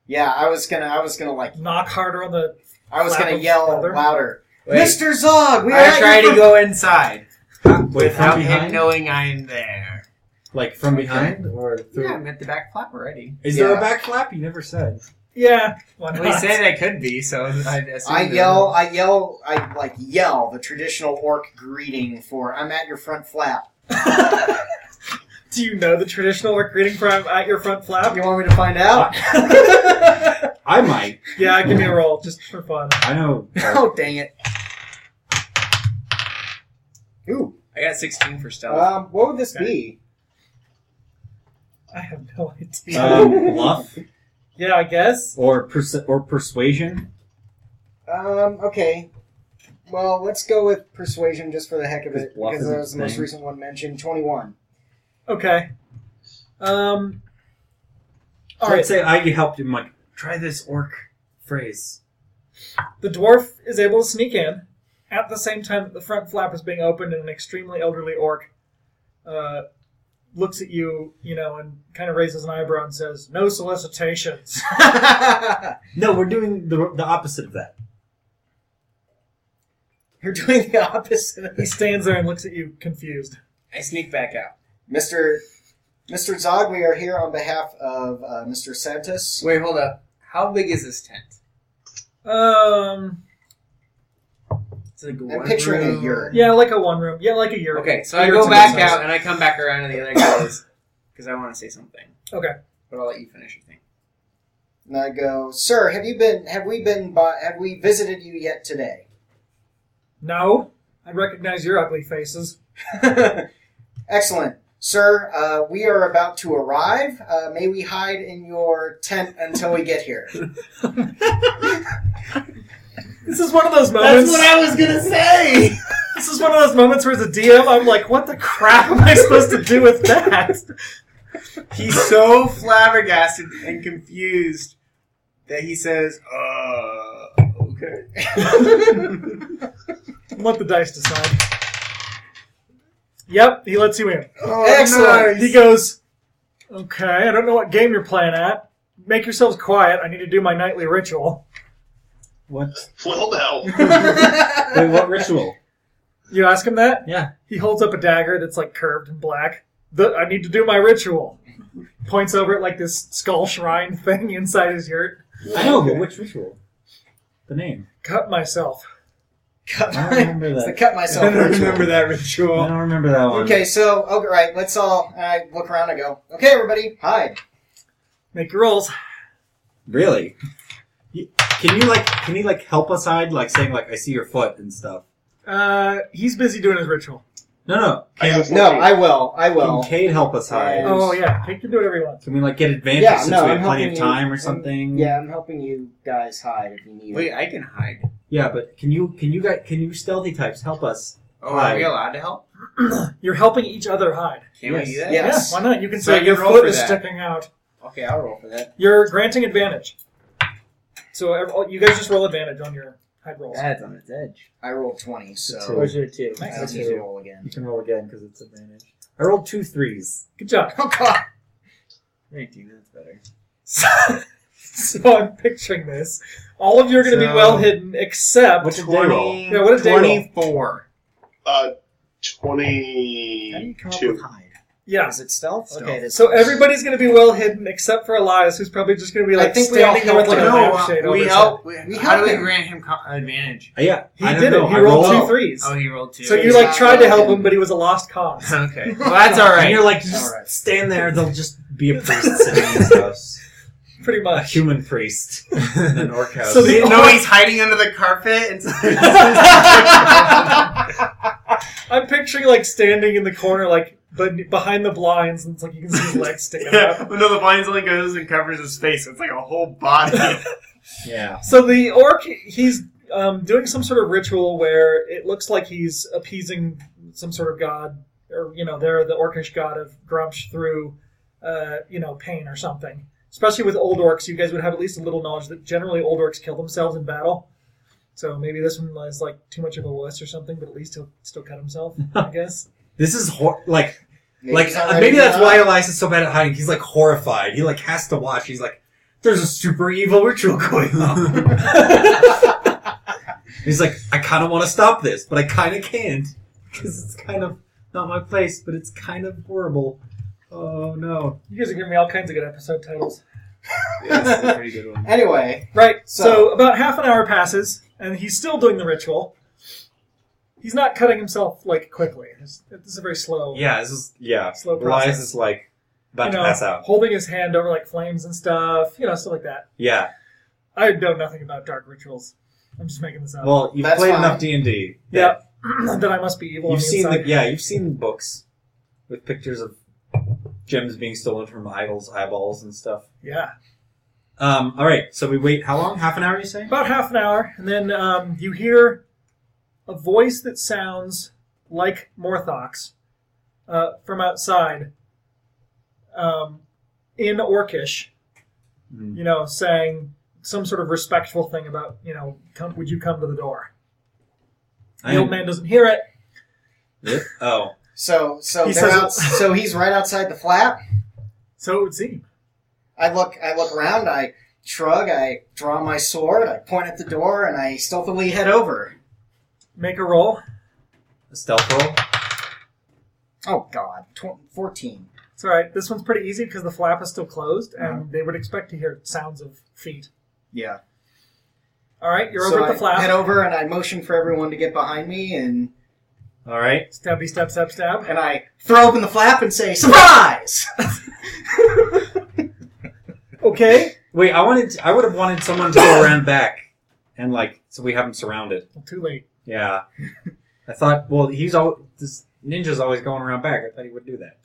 Yeah, I was gonna, I was gonna like, Knock harder on the. I was Flap gonna of yell feather. louder, Wait. "Mister Zog, we are I at try your to go inside Wait, without from him behind? knowing I'm there. Like from behind or through? Yeah, I'm at the back flap (laughs) already. Is there Yeah. a back flap? You never said. Yeah. Why Well, not? he said I could be, so I assume. I yell, I yell, I like yell the traditional orc greeting for I'm at your front flap. (laughs) Do you know the traditional orc greeting from at your front flap? You want me to (laughs) find out? (laughs) I might. Yeah, give me a roll just for fun. I know. oh, dang it. Ooh. I got 16 for stealth. Um, what would this be? I have no idea. Um, bluff yeah, I guess. or perse- or persuasion. Um, okay. Well, let's go with persuasion just for the heck of it Bluff because is that a was the most thing. recent one mentioned. Twenty-one. (laughs) Okay. Um. All All right. right. Say I helped him. Like try this orc phrase. The dwarf is able to sneak in at the same time that the front flap is being opened, and an extremely elderly orc uh, looks at you, you know, and kind of raises an eyebrow and says, "No (laughs) solicitations." No, we're doing the, the opposite of that. You're doing the opposite. he stands there and looks at you, confused. I sneak back out. Mister Mister Zog, we are here on behalf of uh, Mister Santos. Wait, hold up. How big is this tent? Um. It's like I'm picturing a yurt. Yeah, like a one room. Yeah, like a year. Okay, so I Yurt's go a back business. out and I come back around to the other guys because I want to say something. Okay. But I'll let you finish your thing. And I go, sir, have you been? Have we been? By, have we visited you yet today? (laughs) No, I recognize your ugly faces. Excellent, sir. Uh, we are about to arrive. Uh, may we hide in your tent until we get here? This is one of those moments. was gonna say. this is one of those moments where, as a DM, I'm like, "What the crap am I supposed to do with that?" (laughs) He's so flabbergasted and confused that he says, "Uh, (laughs) okay." Let the dice decide. Yep, he lets you in. Oh, Excellent. He goes, Okay, I don't know what game you're playing at. Make yourselves quiet. I need to do my nightly ritual. What? Well, now. Wait, what ritual? You ask him that? Yeah. He holds up a dagger that's like curved and black. The, I need to do my ritual. Points over at like this skull shrine (laughs) thing inside his yurt. I know, but which ritual? The name. Cut myself. (laughs) cut I my, (laughs) don't remember it's that. the cut myself. I don't remember that I ritual. don't remember that one. Okay, so okay, right. Let's all. and I look around and go, okay, everybody, hide. (laughs) Make your rolls. Really? You- Can you like? Can you like help us hide? Like saying like I see your foot and stuff. Uh, he's busy doing his ritual. No, no. I Can, got No, 14. I will. I will. can Cade help us hide? Uh, Oh, yeah. He can do whatever he wants. Can we like get advantage Yeah, since no, we I'm have plenty helping of you. time or I'm- something? Yeah, I'm helping you guys hide if you need. Wait, it. I can hide. Yeah, but can you can you guys can you stealthy types help us? Oh, Hide. are we allowed to help? You're helping each other hide. Can Yes. we do that? Yeah. Yes. Yeah, why not? You can So I say can your roll foot for is that. sticking out. Okay, I'll roll for that. You're granting advantage. So ev- oh, you guys just roll advantage on your hide rolls. That's on its edge. I rolled twenty, Two. so Where's Where's your two? I don't Nice. need to roll again. You can roll again because it's advantage. I rolled two threes. Good job. Oh God! 19, that's better. (laughs) So I'm picturing this. All of you are going to be So- well hidden except What's a day roll? Yeah, what a day roll. 24. Uh, How do you come up with twenty-two. hide? yeah. Is it stealth? Stealth. Okay, it is. So everybody's going to be well hidden except for Elias, who's probably just going to be like I think we all standing there with like a helped him. uh, lampshade over we his head. help. We, We how do help we him. grant him co- advantage? Uh, yeah, He I don't did know. it. He I rolled rolled two threes. Oh, he rolled two. So you He's like not tried to well help hidden. him, but he was a lost cause. (laughs) okay. Well, that's all And right. you're like, just All right. stand there. They'll just be a priest sitting in his house, Pretty a much. human priest in an orc house. So They the- didn't know he's hiding under the carpet. And (laughs) so I'm picturing like standing in the corner, like but behind the blinds, and it's like you can see his legs (laughs) sticking (laughs) out. yeah, no, the blinds only goes and covers his face. It's like a whole (laughs) body. yeah, So the orc, he's um, doing some sort of ritual where it looks like he's appeasing some sort of god, or you know, they're the orcish god of Grumsh through, uh, you know, pain or something. Especially with old orcs, you guys would have at least a little knowledge that generally old orcs kill themselves in battle. So maybe this one is like too much of a wuss or something, but at least he'll still cut himself, I guess. this is hor- like like he's not uh, ready maybe to that's die. why Elias is so bad at hiding. He's like horrified. He like has to watch. He's like, there's a super evil ritual (laughs) going on. He's like, I kind of want to stop this, but I kind of can't because it's kind of not my place, but it's kind of horrible. Oh no! You guys are giving me all kinds of good episode titles. That's a pretty good one. Anyway, Right. So, So- about half an hour passes, and he's still doing the ritual. He's not cutting himself like quickly. This this is a very slow, (laughs) Yeah, this is yeah. slow process. Elias is like about you to know, pass out. holding his hand over like flames and stuff. You know, stuff like that. Yeah. I know nothing about dark rituals. I'm just making this up. Well, you've That's played fine. enough D and D. yeah, (clears throat) that I must be evil. on You've the seen inside. the yeah. You've seen books with pictures of gems being stolen from idols' eyeballs and stuff. yeah. Um. All right. So we wait. How long? Half an hour? You say? About half an hour, and then um, you hear a voice that sounds like Morthox uh, from outside um, in Orcish, Mhm. Hmm. you know, saying some sort of respectful thing about, you know, come, would you come to the door? The old man doesn't hear it. Oh. so so He they're says- out, (laughs) so he's right outside the flap. So it would seem. I look I look around. I shrug. I draw my sword. I point at the door, and I stealthily head over. Make a roll. A stealth roll. Oh God, tw- fourteen. It's all right. This one's pretty easy because the flap is still closed, and Uh-huh. they would expect to hear sounds of feet. Yeah. All right, you're So over at I the flap. Head over, and I motion for everyone to get behind me, and All right. Stabby, stab, stab, stab. and I throw open the flap and say, "Surprise!" (laughs) Okay. Wait. I wanted. I would have wanted someone to (coughs) go around back and like so we have him surrounded. Well, too late. (laughs) Yeah. I thought. Well, he's all this ninja's always going around back. I thought he would do that.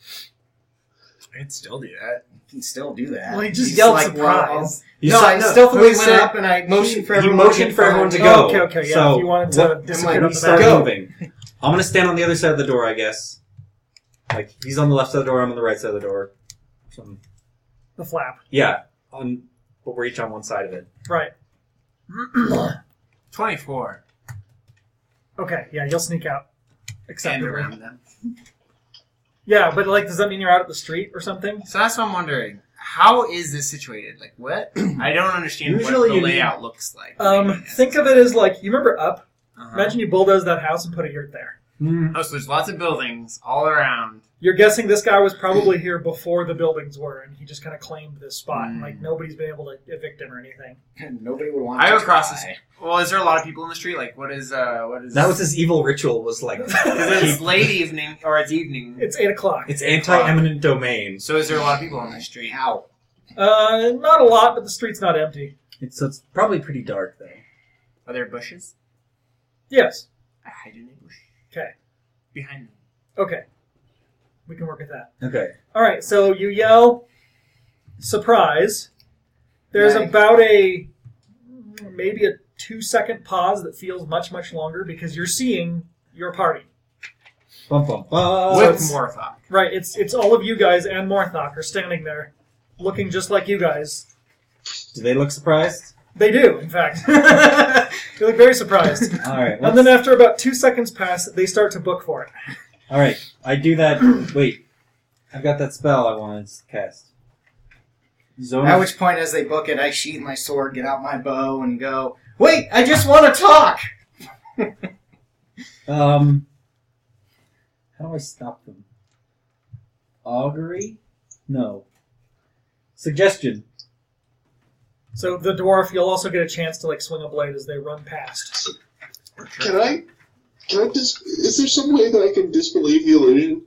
I'd still do that. can still do that. Well, he just He's yelled like, surprise. You no, saw- I no, stealthily he went said- up and I motioned for he everyone. motioned get for everyone to behind- go. Oh, okay, okay, yeah. So, if you wanted to what- disappear am I- up We the start back. Go. moving. I'm gonna stand on the other side of the door, I guess. Like he's on the left side of the door, I'm on the right side of the door. Some- The flap. yeah, on but we're each on one side of it. Right. (clears throat) 24. Okay, yeah, you'll sneak out. Except And for- around them. Yeah, but like does that mean you're out at the street or something? So that's what I'm wondering. How is this situated? Like, what? I don't understand Usually what you the need- layout looks like. Um, think of it as like you remember up. Uh-huh. Imagine you bulldoze that house and put a yurt there. Hmm. Oh, so there's lots of buildings all around. You're guessing this guy was probably here before the buildings were, and he just kind of claimed this spot. Mm. Like nobody's been able to evict him or anything. Nobody would want. I to would cross this. try. Well, is there a lot of people in the street? Like, what is, uh, what is. That was his evil ritual. Was (laughs) like 'Cause it's late evening, or it's evening. It's eight o'clock. it's anti-eminent domain. So is there a lot of people on the street? Ow! Uh, not a lot, but the street's not empty. It's, so it's probably pretty dark though. Are there bushes? Yes. I hide in a bush. Okay. Behind them. Okay. We can work with that. Okay. All right, so you yell surprise. There's Nice. about a maybe a 2 second pause that feels much much longer because you're seeing your party. Bum bum bum. With it's- Morthok. Right, it's it's all of you guys and Morthok are standing there looking just like you guys. Do they look surprised? They do, in fact. (laughs) they look very (laughs) surprised. All right. and then after about 2 seconds pass, they start to book for it. all right. I do that. Wait. I've got that spell I wanted to cast. Zone At of which point, as they book it, I sheath my sword, get out my bow, and go, Wait, I just want to talk! Um, how do I stop them? Augury? No. Suggestion. So the dwarf, you'll also get a chance to like swing a blade as they run past. Can I? Can I dis- Is there some way that I can disbelieve the illusion?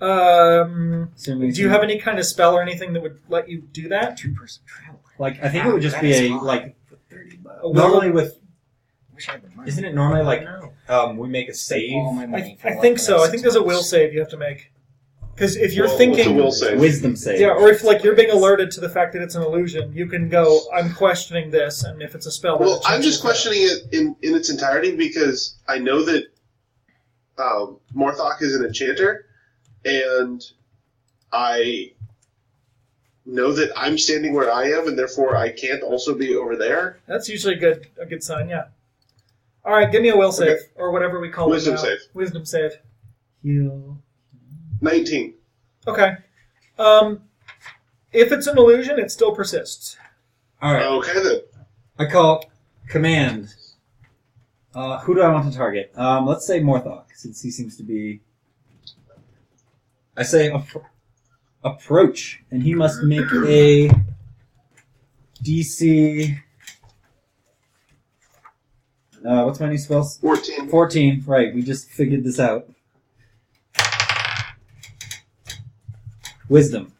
Um, Assuming do you have any kind of spell or anything that would let you do that? Two person travel. like? I think it would just That be is a hard. like. For 30 bucks. A will- Normally with Wish I had the money. isn't it normally like No. um we make a save All my I, money for I like think the so. next I think six there's a will months. save you have to make. Because if you're Well, what's thinking, a will save? wisdom save. yeah, or if like you're being alerted to the fact that it's an illusion, you can go. I'm questioning this, and if it's a spell, there's a Well, I'm chance just you- questioning it in, in its entirety because I know that um, Morthok is an enchanter, and I know that I'm standing where I am, and therefore I can't also be over there. That's usually a good a good sign. Yeah. All right, give me a will save Okay. or whatever we call Wisdom it. now. save. Wisdom save. Heal. 19. Okay. Um, if it's an illusion, it still persists. All right. Okay, then. I call command. Uh, who do I want to target? Um, let's say Morthok, since he seems to be. I say appro approach, and he must make a DC. Uh, what's my new spell? 14. 14. Right, we just figured this out. Wisdom.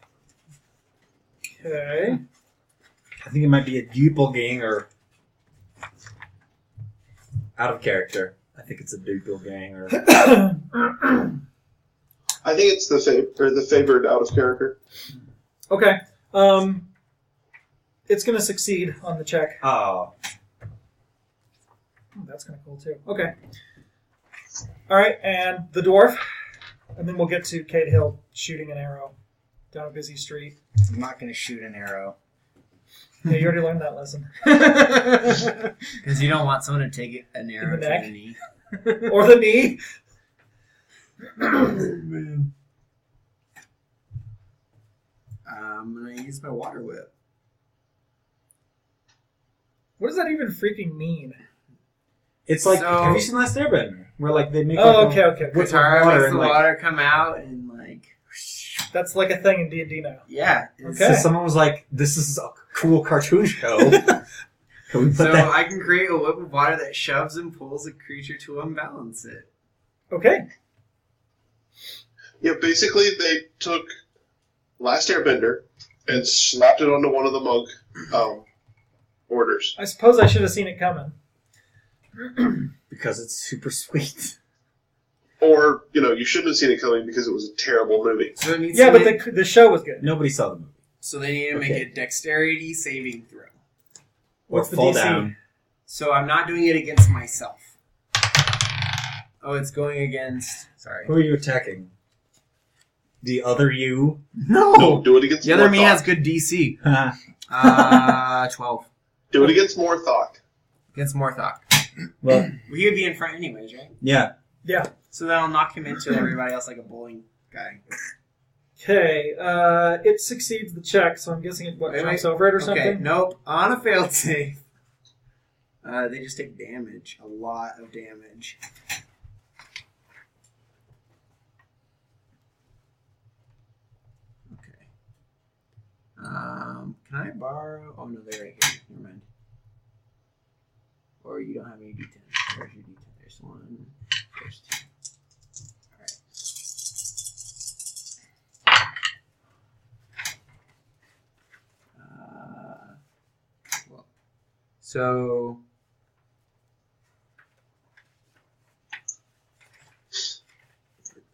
Okay. (coughs) I think it might be a doppelganger. Out of character. I think it's a doppelganger. I think it's the fav- or the favored out of character. Okay. Um, it's gonna succeed on the check. oh, Hmm, That's kind of cool too. Okay. All right, and the dwarf, and then we'll get to Kate Hill shooting an arrow down a busy street. I'm not going to shoot an arrow. Yeah, you already learned that (laughs) lesson. Because you don't want someone to take an arrow In the to the neck? knee. Or the knee. Um, I'm gonna use my water whip. What does that even freaking mean? it's like So- have you seen Last Airbender? Where like they make Oh, like okay, a okay. okay. With Guitar water makes and, the like- water come out and like, That's like a thing in D and D now. yeah. it's- Okay. So someone was like, "This is a cool (laughs) cartoon show." Can we put So that? I can create a whip of water that shoves and pulls a creature to unbalance it. Okay. Yeah, basically they took Last Airbender and slapped it onto one of the monk um, orders. I suppose I should have seen it coming. Because it's super sweet. Or, you know, you shouldn't have seen it coming because it was a terrible movie. So it needs Yeah, to but make, the, the show was good. Nobody saw the movie. so they need to Okay. make a dexterity saving throw. What's or the fall DC? down. So I'm not doing it against myself. Oh, it's going against. Sorry. Who are you attacking? The (laughs) other you? No, do it against Oh. The other me Morthok. has good DC. Huh. Uh, (laughs) twelve Do it against Morthok. against Morthok. well, (clears throat) He would be in front anyways, right? yeah. So that'll knock him into everybody else like a bowling guy. Okay, uh, it succeeds the check, so I'm guessing it what Wait, jumps wait. over it or Okay, something. nope. On a failed save, uh, they just take damage. A lot of damage. Okay. Um, can I borrow? Oh no, they're right here. Never mind. Or you don't have any d10. There's your d10. There's one. There's two. All right. Uh, well, so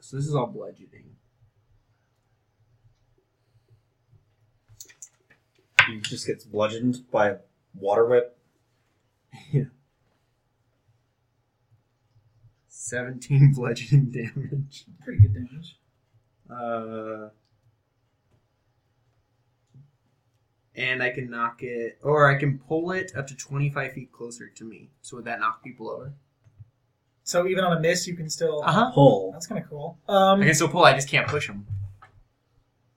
so this is all bludgeoning. He just gets bludgeoned by a water whip. Seventeen (laughs) bludgeoning damage. Pretty good damage. Uh, and I can knock it, or I can pull it up to twenty-five feet closer to me. So would that knock people over? So even on a Uh, Uh-huh. miss, you can still. huh. Pull. That's kind of cool. Um, I can still pull. I just can't push them.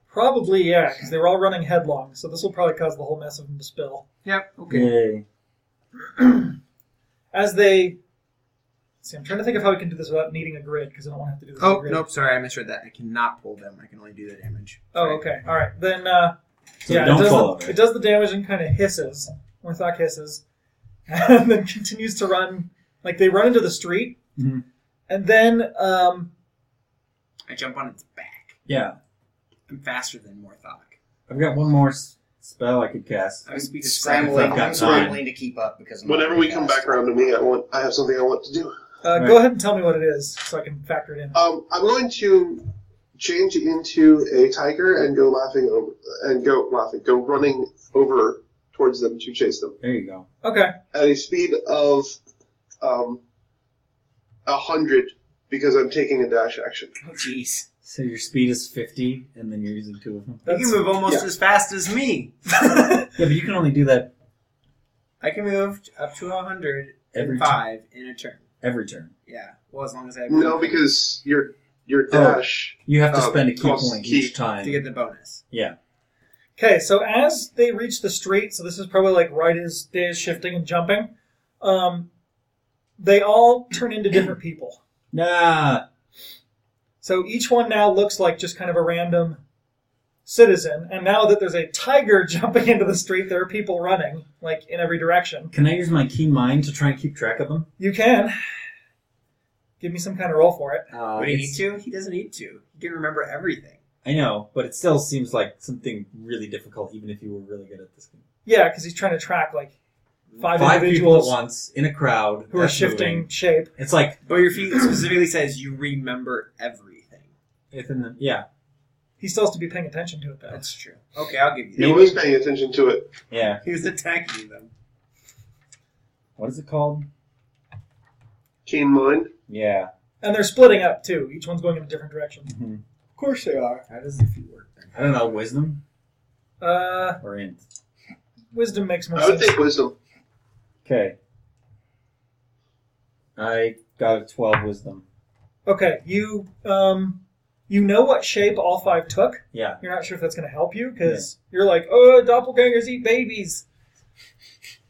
Probably, yeah, because they were all running headlong, so this will probably cause the whole mess of them to spill. Yep. Okay. Yay. As they. See, I'm trying to think of how we can do this without needing a grid, because I don't want to have to do this with a Oh grid. nope, sorry, I misread that. I cannot pull them. I can only do the damage. Oh, Sorry. okay. All right. Then, uh, So yeah, don't it, does fall the, over. it does the damage and kind of hisses. Orthok hisses. (laughs) And then continues to run. Like, they run into the street. Mhm. And then, um, I jump on its back. Yeah. I'm faster than Morthok. I've got one more s- spell I could cast. I was speed of Scrambling, I've got I'm scrambling to keep up because I'm Whenever we come back around to me, I want I have something I want to do. uh, Right. go ahead and tell me what it is so I can factor it in. Um, I'm going to change into a tiger and go laughing over and go laughing, go running over towards them to chase them There you go. Okay. at a speed of um a hundred because I'm taking a dash action. Oh jeez. So your speed is 50, and then you're using two of them. You That's- can move almost yeah. as fast as (laughs) me. Yeah, but you can only do that I can move up to hundred Every and five in a turn. every turn. Yeah. Well as long as I have No, because your your Oh. dash You have to Um, spend a key costs point key each time. to get the bonus. Okay, so as they reach the street, so this is probably like right as day is shifting and jumping, um, they all turn into (clears throat) different people. nah. So each one now looks like just kind of a random citizen. And now that there's a tiger (laughs) jumping into the street, there are people running like in every direction. Can I use my keen mind to try and keep track of them? You can give me some kind of roll for it. Uh, Would he need it's- to? He doesn't need to. He can remember everything. I know, but it still seems like something really difficult, even if you were really good at this game. Yeah, because he's trying to track like five, Five people at individuals once in a crowd who are that's shifting moving. shape. It's like But your feet specifically says you remember everything. it's in the, yeah, He still has to be paying attention to it though. That's true. Okay, I'll give you he that. was paying attention to it. yeah. (laughs) He was attacking them. What is it called? Keen mind. Yeah. And they're splitting up too. Each one's going in a different direction. Mhm. Of course they are. How does the feet work then? I don't know, wisdom Uh, or int. wisdom makes more I would sense. think wisdom. Okay. I got a twelve wisdom. Okay, you um, you know what shape all five took. Yeah. You're not sure if that's going to help you because you're like, oh, doppelgangers eat (laughs) babies,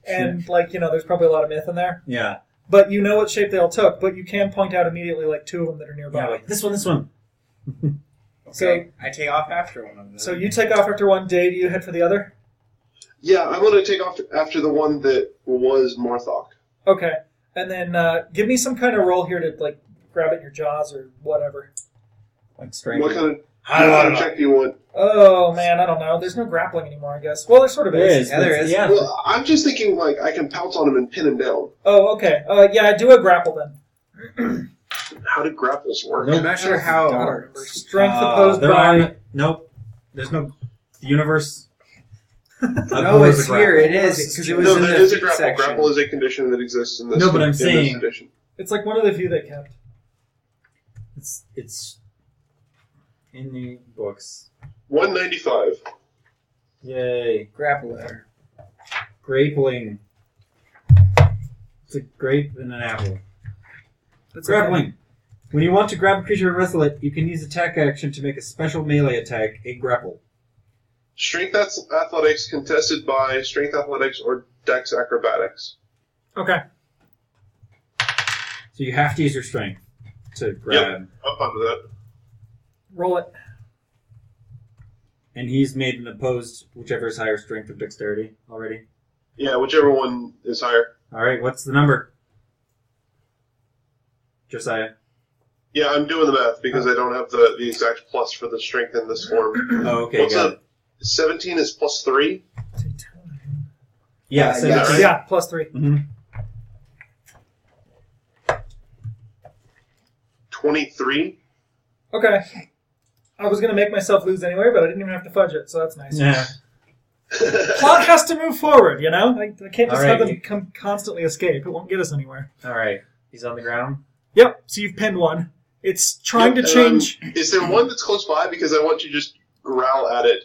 and like you know, there's probably a lot of myth in there. Yeah. But you know what shape they all took. But you can point out immediately like two of them that are Yeah. nearby. Like, this one. This one. So- Okay, I take off after one of them. So you take off after one day. Do you head for the other? Yeah, I want to take off after the one that was Morthok. Okay, and then uh, give me some kind of roll here to like grab at your jaws or whatever. (laughs) Like strength. What kind of, what kind of check do you want? Oh man, I don't know. There's no grappling anymore, I guess. Well, there sort of There is. is. Yeah, there but- is. Yeah. Well, I'm just thinking like I can pounce on him and pin him down. Oh, okay. Uh, yeah, do a grapple then. How do grapples work? Nope. I'm not sure how it God, works. Strength Uh, opposed there by. are nope. There's no the (laughs) universe. No, abhors it's the grapple. here. It is because it was no, in there the is a feet grapple. section. Grapple is a condition that exists in this. No, but I'm in this saying- edition. It's like one of the few they kept. It's it's in the books. 195. Yay! Grappler. Grappling. It's a grape and an apple. That's Grappling. When you want to grab a creature and wrestle it, you can use attack action to make a special melee attack, a grapple. Strength ath- athletics contested by strength athletics or dex acrobatics. Okay. So you have to use your strength to grab. I'm fine with that. Roll it. And he's made an opposed, whichever is higher, strength or dexterity already. Yeah, whichever one is higher. All right, what's the number? Josiah. Yeah, I'm doing the math because I don't have the, the exact plus for the strength in this form. Oh, okay, What's got up? 17 is plus 3. it. Yeah, Uh, so yeah, that's- right? Yeah, plus three. 23. Okay. I was gonna make myself lose anyway, but I didn't even have to fudge it, so that's nice. Nah. Plot has to move forward, you know. I, I can't just All have right, them you- come constantly escape. It won't get us anywhere. All right. He's on the ground. Yep. So you've pinned one. It's trying Yep, to and, um, change. (laughs) Is there one that's close by? Because I want to just growl at it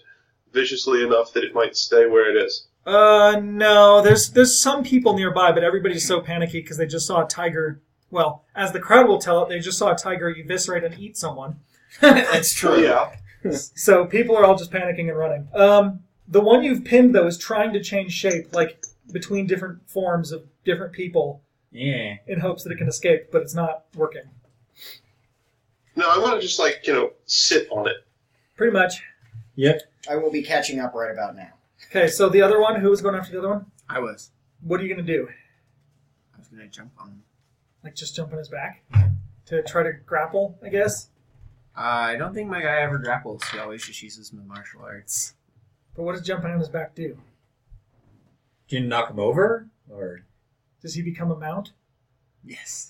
viciously enough that it might stay where it is. Uh, no. There's there's some people nearby, but everybody's so panicky because they just saw a tiger. Well, as the crowd will tell it, they just saw a tiger eviscerate and eat someone. (laughs) That's true. Yeah. so people are all just panicking and running. Um, the one you've pinned though is trying to change shape, like between different forms of different people, Yeah. in hopes that it can escape, but it's not working. No, I want to just like you know sit on it. Pretty much. I will be catching up right about now. Okay, so the other one, who was going after the other one? I was. What are you gonna do? I was gonna jump on him. Like just jump on his back to try to grapple, I guess. Uh, I don't think my guy ever grapples. He always just uses my martial arts. But what does jumping on his back do? Do you knock him over? Or Does he become a mount? Yes.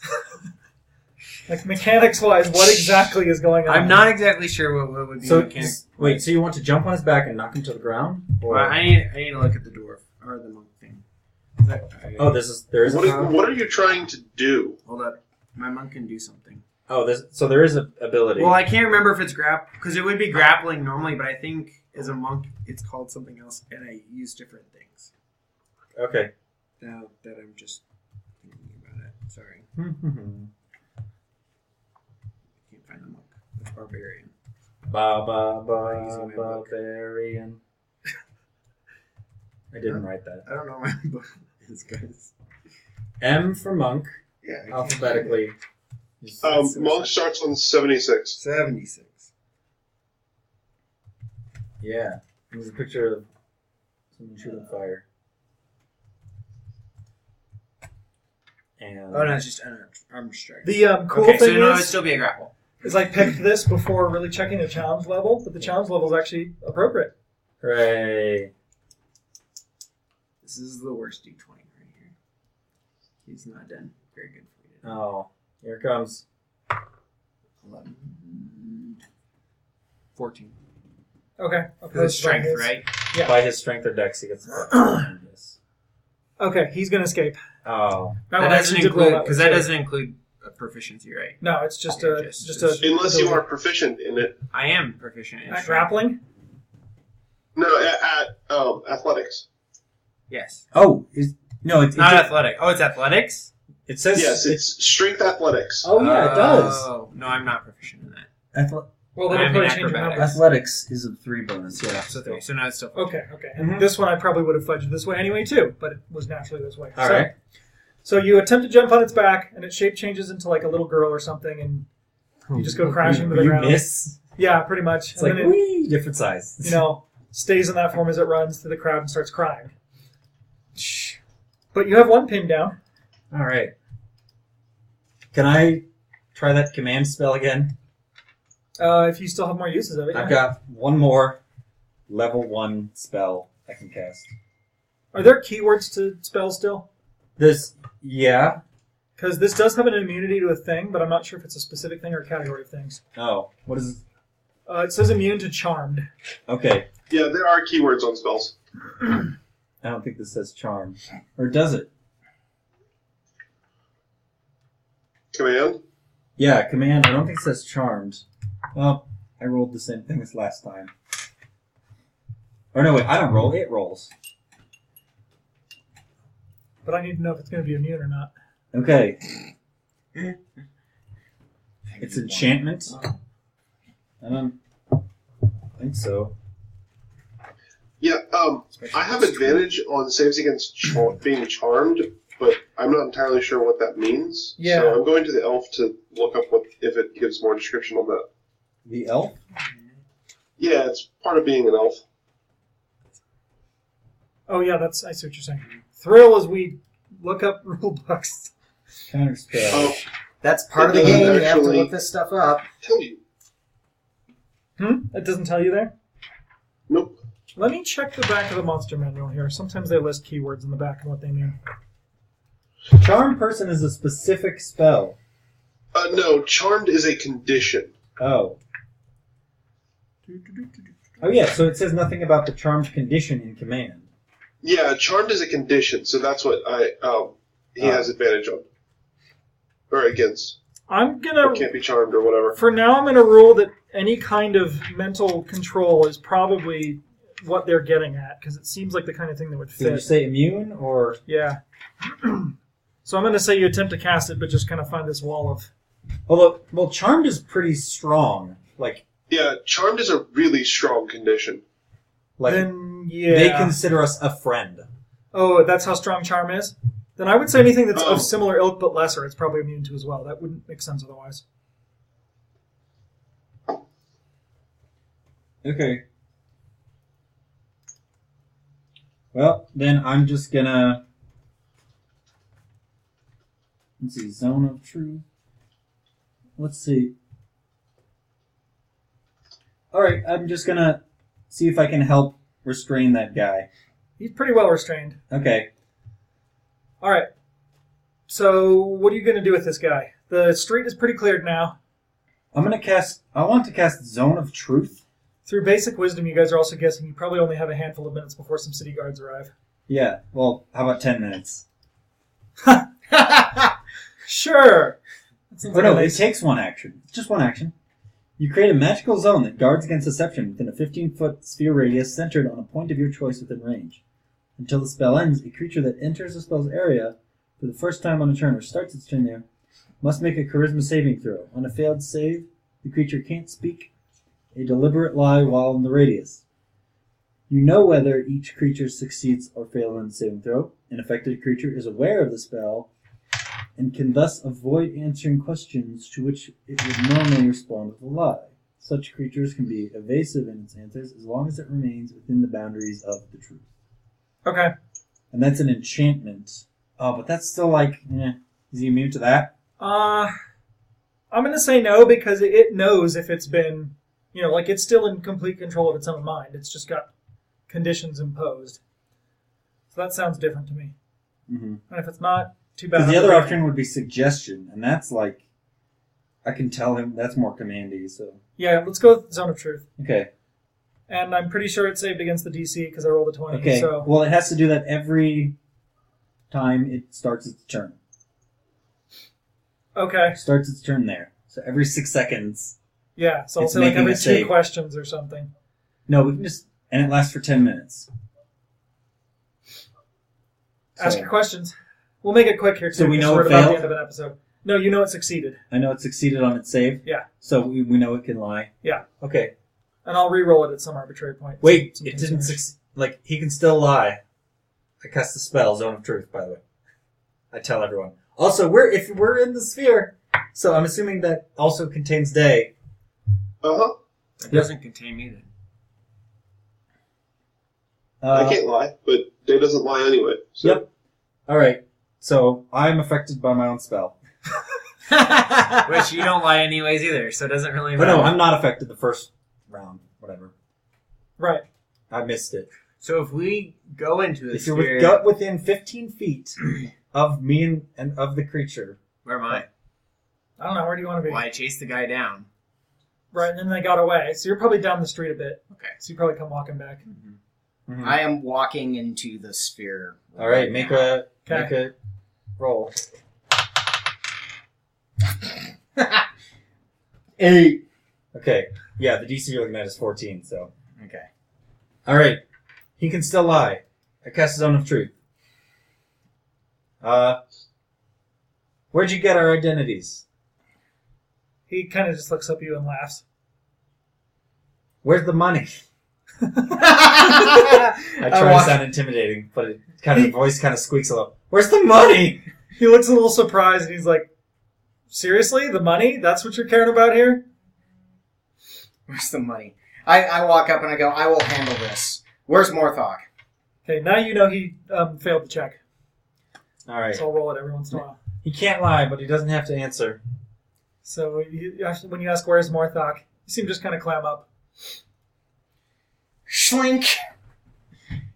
Like mechanics wise, what exactly is going on? I'm not exactly sure what, what would be. So mechanic- wait, so you want to jump on his back and knock him to the ground? Or- Well, I need I need to look at the dwarf or the monk thing. Is that- I- oh, this is there is. What a are, what are you trying to do? hold up, my monk can do something. oh, this so there is a ability. Well, I can't remember if it's grap because it would be grappling normally, but I think as a monk it's called something else, and I use different things. okay. Now that I'm just thinking about it, sorry, (laughs) I can't find the monk. The barbarian. Ba ba Easy ba way book. barbarian. I didn't write that. I don't know where my (laughs) book is, guys. M for monk, Yeah, I can't- alphabetically. Um, monk starts on seventy six. Seventy-six. Yeah. There's a picture of someone shooting fire. And Oh no, it's just an armor strike. the um, cool okay, thing so no, it'd is, still be a grapple. is I picked this before really checking the challenge level, but the challenge level is actually appropriate. hooray. This is the worst D twenty right here. He's not done very good for you. Oh, here it comes. 11. 14. Okay. Because opposed it's by strength, his- right? Yeah. By his strength or dex, he gets. Yes. Okay, he's gonna escape. oh, That, one doesn't actually did roll include out because with that two. doesn't include a proficiency, right? No, it's just Yeah, a just- just just- a Unless you are proficient in it. I am proficient in At strength. grappling. No, at, at um, athletics. Yes. oh, is no, It's not athletic. Oh, it's athletics. it says. Yes, it's strength athletics. oh yeah, it does. Oh, no, I'm not proficient in that. Athle- Well, I that'll am probably an change your acrobatic. numbers. athletics is a three bonus. Yeah. So three. So now it's still four. Okay, okay. And Mm-hmm. Mhm. this one I probably would have fudged this way anyway too, but it was naturally this way. All so, right. so you attempt to jump on its back, and its shape changes into like a little girl or something, and you just go crashing to the you ground. miss. Yeah, pretty much. It's and like then it, wee, different size. you know, stays in that form as it runs through the crowd and starts crying. But you have one pin down. All right. Can I try that command spell again? Uh, if you still have more uses of it, yeah. I've got one more level one spell I can cast. are there keywords to spells still? This, yeah. Because this does have an immunity to a thing, but I'm not sure if it's a specific thing or a category of things. Oh, what is? Uh, it says immune to charmed. Okay, Yeah, there are keywords on spells. I don't think this says charm, or does it? Command. Yeah, command. I don't think it says charmed. Well, I rolled the same thing as last time. Or no, wait, I don't roll. It rolls. But I need to know if it's going to be immune or not. Okay. It's enchantment. I don't think so. Yeah, um, I have advantage on saves against char- being charmed, but I'm not entirely sure what that means. Yeah. So I'm going to the elf to look up what if it gives more description on that. The elf. Yeah, it's part of being an elf. Oh yeah, that's I see what you're saying. Thrill is we look up (laughs) rule books. Counter spell. Oh, That's part of the It doesn't game. You have to actually- look this stuff up. tell you. Hmm? That doesn't tell you there. Nope. Let me check the back of the monster manual here. Sometimes they list keywords in the back and what they mean. Charm person is a specific spell. Uh, no, charmed is a condition. Oh. Oh yeah, so it says nothing about the charmed condition in command. Yeah, charmed is a condition, so that's what I um he Uh. Ah. has advantage on. Or against. I'm Or gonna can't be charmed or whatever. for now. I'm gonna rule that any kind of mental control is probably what they're getting at because it seems like the kind of thing that would Did you fit. say immune or Yeah. (clears throat) so I'm gonna say you attempt to cast it, but just kind of find this wall of although well charmed is pretty strong. Like Yeah, charmed is a really strong condition. Like then yeah. they consider us a friend. Oh, that's how strong charm is. Then I would say anything that's Oh. of similar ilk but lesser, it's probably immune to as well. That wouldn't make sense otherwise. Okay. Well, then I'm just gonna. Let's see, zone of truth. Let's see. Alright, I'm just gonna see if I can help restrain that guy. He's pretty well restrained. Okay. All right. So what are you going to do with this guy? The street is pretty cleared now. I'm gonna cast. I want to cast Zone of Truth. Through basic wisdom, you guys are also guessing you probably only have a handful of minutes before some city guards arrive. Yeah, well, how about 10 minutes? Sure. That seems Oh like a no, it nice- takes one action. Just one action. You create a magical zone that guards against deception within a 15 foot sphere radius centered on a point of your choice within range. Until the spell ends, a creature that enters the spell's area for the first time on a turn or starts its turn there must make a charisma saving throw. On a failed save, the creature can't speak a deliberate lie while in the radius. You know whether each creature succeeds or fails on the saving throw. An affected creature is aware of the spell and can thus avoid answering questions to which it would normally respond with a lie. Such creatures can be evasive in its answers as long as it remains within the boundaries of the truth. Okay. And that's an enchantment. Oh, but that's still like, eh, is he immune to that? Uh, I'm going to say no because it- it knows if it's been, you know, like it's still in complete control of its own mind. It's just got conditions imposed. So that sounds different to me. Mm-hmm. And if it's not, too bad. Because the other option would be suggestion, and that's like, I can tell him that's more commandy. So Yeah, let's go with Zone of Truth. okay, And I'm pretty sure it's saved against the DC because I rolled a 20. okay. So Well, it has to do that every time it starts its turn. okay, Starts its turn there. So every six seconds. yeah. So I'll It's say like making every a two save. questions or something. No, we can just and it lasts for ten minutes. Ask So- your questions. We'll make it quick here too. So we 'cause know we're it about the failed? end of an episode. No, you know it succeeded, I know it succeeded on its save. Yeah. So we, we know it can lie. Yeah. Okay. and I'll re-roll it at some arbitrary point. (laughs) Wait, Some- it some- didn't succeed. Like he can still lie. I cast the spell Zone of Truth. By the way, I tell everyone. Also, we're if we're in the sphere, so I'm assuming that also contains day. Uh huh. It doesn't contain me then. Uh, I can't lie, but they doesn't lie anyway. So. Yep. All right. So I'm affected by my own spell. Which you don't lie anyways either, so it doesn't really Oh matter. no, I'm not affected the first round. Whatever. Right. I missed it. so if we go into the If you're with, sphere- gut within 15 feet of me and, and of the creature, where am I? I don't know. Where do you want to be? Well, I chased the guy down. Right. And then they got away. So you're probably down the street a bit. Okay. So you probably come walking back. I am walking into the sphere. All right, make a Okay. make a roll. Eight. Okay, yeah, the DC you're looking at is 14. So, Okay. all right, he can still lie. I cast Zone of Truth. Uh, where'd you get our identities? He kind of just looks up at you and laughs. (laughs) Where's the money? (laughs) I I try walk- to sound intimidating, but it kind of the voice kind of squeaks a little. Where's the money? He looks a little surprised and he's like, "Seriously, the money? That's what you're caring about here?" (laughs) Where's the money? I, I walk up and I go, I will handle this. Where's Morthok? Okay. Now you know he um, failed the check. All right, So I'll roll it every once in a while. he can't lie, but he doesn't have to answer. So you, you ask- when you ask where's Morthok, you seem to just kind of clam up. Schlink.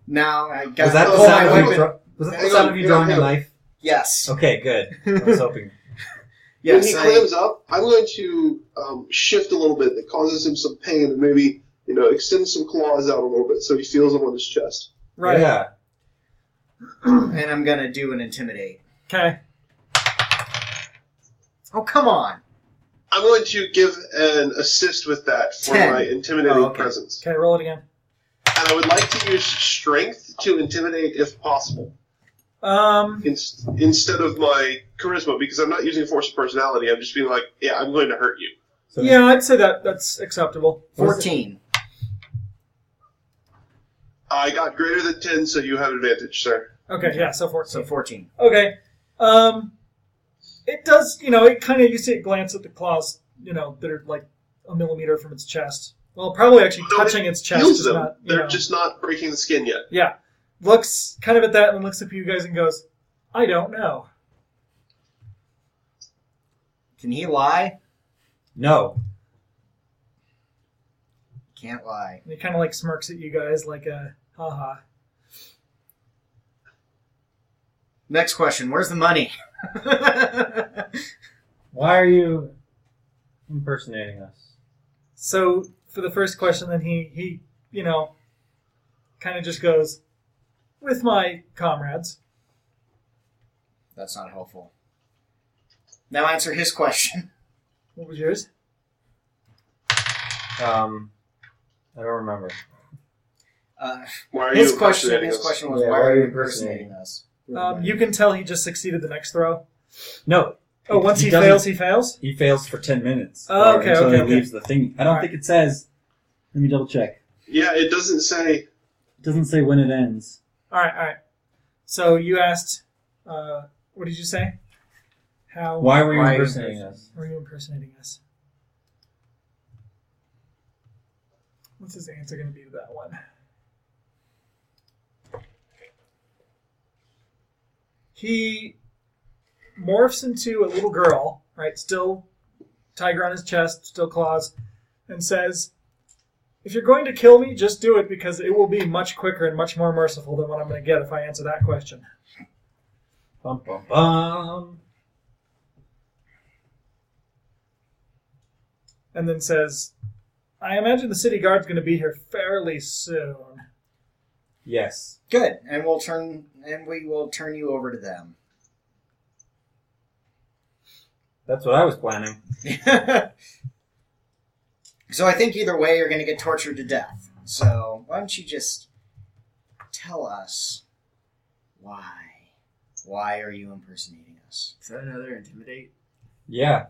Now I got Was that pull the sound my of you? weapon. Dro- was that the Hang sound on, of you hang on, drawing a hang on. knife? Yes. Okay, good. I was hoping. When (laughs) Yes. he I, clams up, I'm going to um, shift a little bit that causes him some pain and maybe, you know, extend some claws out a little bit so he feels them on his chest. Right. Yeah. and I'm gonna do an intimidate. Okay. Oh come on. I'm going to give an assist with that for Ten. my intimidating Oh, okay. presence. Okay. Roll it again. And I would like to use strength to intimidate if possible Um. in- instead of my charisma because I'm not using force of personality. I'm just being like, yeah, I'm going to hurt you. So yeah, I'd say that that's acceptable. Fourteen. I got greater than 10, so you have advantage, sir. Okay, yeah, so fourteen. So fourteen. Okay. Um, it does, you know, it kind of, you see it glance at the claws, you know, that are like a millimeter from its chest. Well, probably actually No, it touching its chest. Heals Is them. not, you They're know. just not breaking the skin yet. Yeah. Looks kind of at that and looks up at you guys and goes, I don't know. Can he lie? No. Can't lie. And he kind of like smirks at you guys like a, haha. (laughs) Next question. Where's the money? Why are you impersonating us? So for the first question, then he, he you know, kind of just goes, with my comrades. That's not helpful. Now answer his question. (laughs) What was yours? Um, I don't remember. Uh, Why are his you question. impersonating His us? question was, Yeah, why are you impersonating us? Um, you can tell he just succeeded the next throw. No, Oh, once He he doesn't- fails, he fails? He fails for ten minutes. Oh, or okay, until okay, he okay. leaves the thing. I don't Alright. think it says. Let me double check. Yeah, it doesn't say. It doesn't say when it ends. All right, all right. So you asked, uh, what did you say? How Why were you Why are you impersonating impersonating us? were you impersonating us? What's his answer going to be to that one? He morphs into a little girl, right? Still tiger on his chest, still claws, and says, If you're going to kill me, just do it because it will be much quicker and much more merciful than what I'm going to get if I answer that question. Bum bum bum. and then says, I imagine the city guard's going to be here fairly soon. Yes. Good, and we'll turn and we will turn you over to them. (laughs) That's what I was planning. so I think either way, you're going to get tortured to death. So why don't you just tell us why? Why are you impersonating us? Is that another intimidate? Yeah.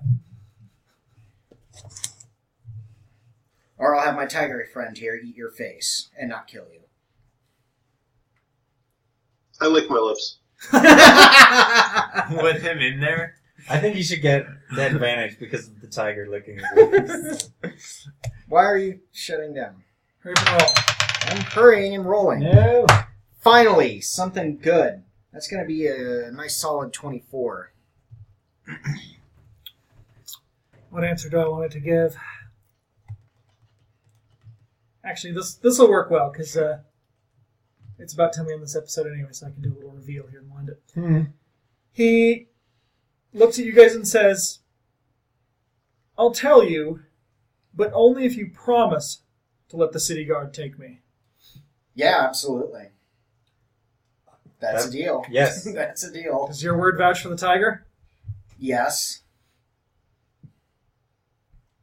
Or I'll have my tiger friend here eat your face and not kill you. (laughs) I lick my lips. (laughs) With him in there? I think you should get that advantage because of the tiger licking his lips. why are you shutting down? Hurry up and roll. I'm hurrying and rolling. No. Finally, something good. That's going to be a nice solid 24. What answer do I want it to give? Actually, this this will work well because uh, it's about time we end this episode anyway, so I can do a little reveal here and wind it. Hmm. He looks at you guys and says, "I'll tell you, but only if you promise to let the city guard take me." Yeah, absolutely. That's a deal. yes. (laughs) That's a deal. Does your word vouch for the tiger? Yes.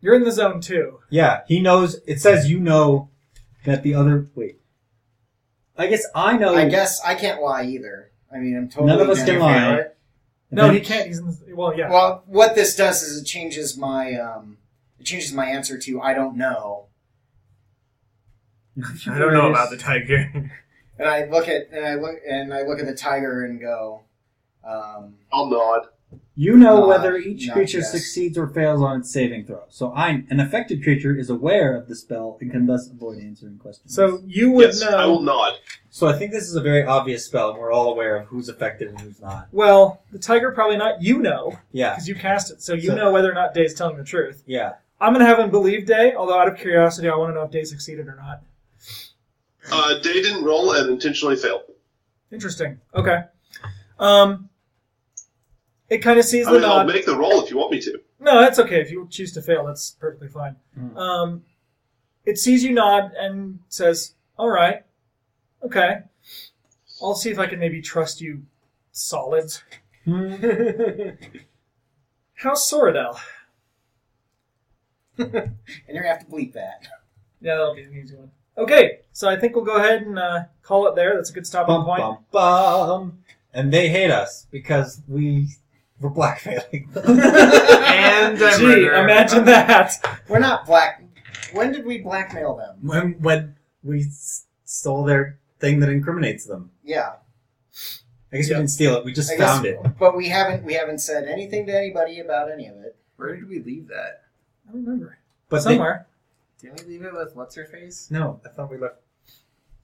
You're in the zone too. Yeah, he knows. It says you know that the other. Wait. I guess I know. I guess I can't lie either. I mean, I'm totally None of us down can for lie. it. No, Then- he can't. He's in the, well, yeah. Well, what this does is it changes my um, it changes my answer to I don't know, I don't know about the tiger. and I look at and I look and I look at the tiger and go, um, (laughs) I'll nod. You know Not- whether each not creature yes. succeeds or fails on its saving throw. So I'm an affected creature is aware of the spell and can thus avoid answering questions. So you would yes, I will know. nod. So I think this is a very obvious spell, and we're all aware of who's affected and who's not. Well, the tiger probably not. You know Yeah. because you cast it, so you So- know whether or not Day's telling the truth. Yeah. I'm gonna have him believe Day. Although out of curiosity, I want to know if Day succeeded or not. Uh, Day didn't roll and intentionally failed. Interesting. Okay. Um, it kind of sees I the mean, nod. I'll make the roll if you want me to. No, that's okay. If you choose to fail, that's perfectly fine. Hmm. Mm. Um, it sees you nod and says, "All right, okay. I'll see if I can maybe trust you, solids." Hmm. (laughs) How's Soradel? and you're gonna have to bleep that. Yeah, that'll be an easy one. Okay, so I think we'll go ahead and uh, call it there. That's a good stopping Bum point. bum bum. And they hate us because we We're blackmailing. (laughs) And uh, a Gee, murderer. (laughs) imagine that. We're not black. When did we blackmail them? when when we s- stole their thing that incriminates them. Yeah, I guess Yeah. we didn't steal it. We just I guess- found it. but we haven't we haven't said anything to anybody about any of it. Where did we leave that? I don't remember. But they- Somewhere. Did we leave it with what's her face? no, I thought we left.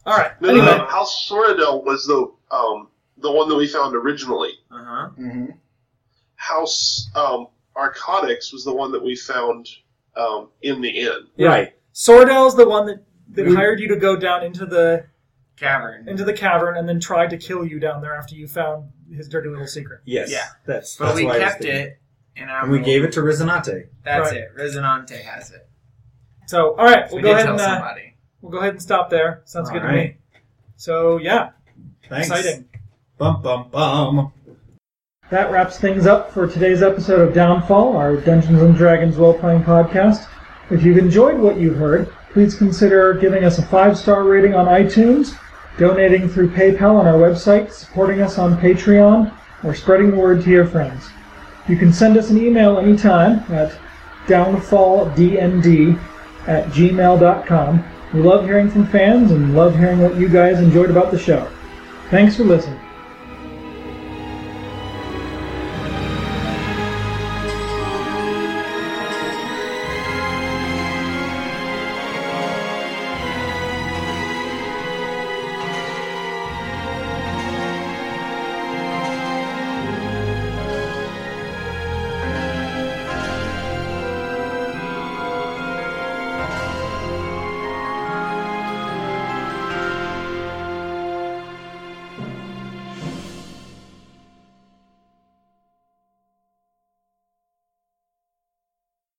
All right. No, anyway, no, no. House Soradel was the um, the one that we found originally. Uh Uh-huh. huh. Mm-hmm. House um, Arcotics was the one that we found um, in the inn. Yeah. Right. Sordel's the one that, that hired you to go down into the Cavern. into the cavern and then tried to kill you down there after you found his dirty little secret. Yes. Yeah. That's, But that's we why I was kept thinking. it, and I And we gave it to Risanate. That's Right. it. Resonante has it. So, all right, we'll we go did ahead tell and uh, somebody. we'll go ahead and stop there. Sounds All good to me. right. So, yeah, Thanks. exciting. Bum bum bum. That wraps things up for today's episode of Downfall, our Dungeons and Dragons role playing podcast. If you've enjoyed what you've heard, please consider giving us a five star rating on iTunes, donating through PayPal on our website, supporting us on Patreon, or spreading the word to your friends. You can send us an email anytime at downfalldnd at gmail.com. We love hearing from fans and love hearing what you guys enjoyed about the show. Thanks for listening.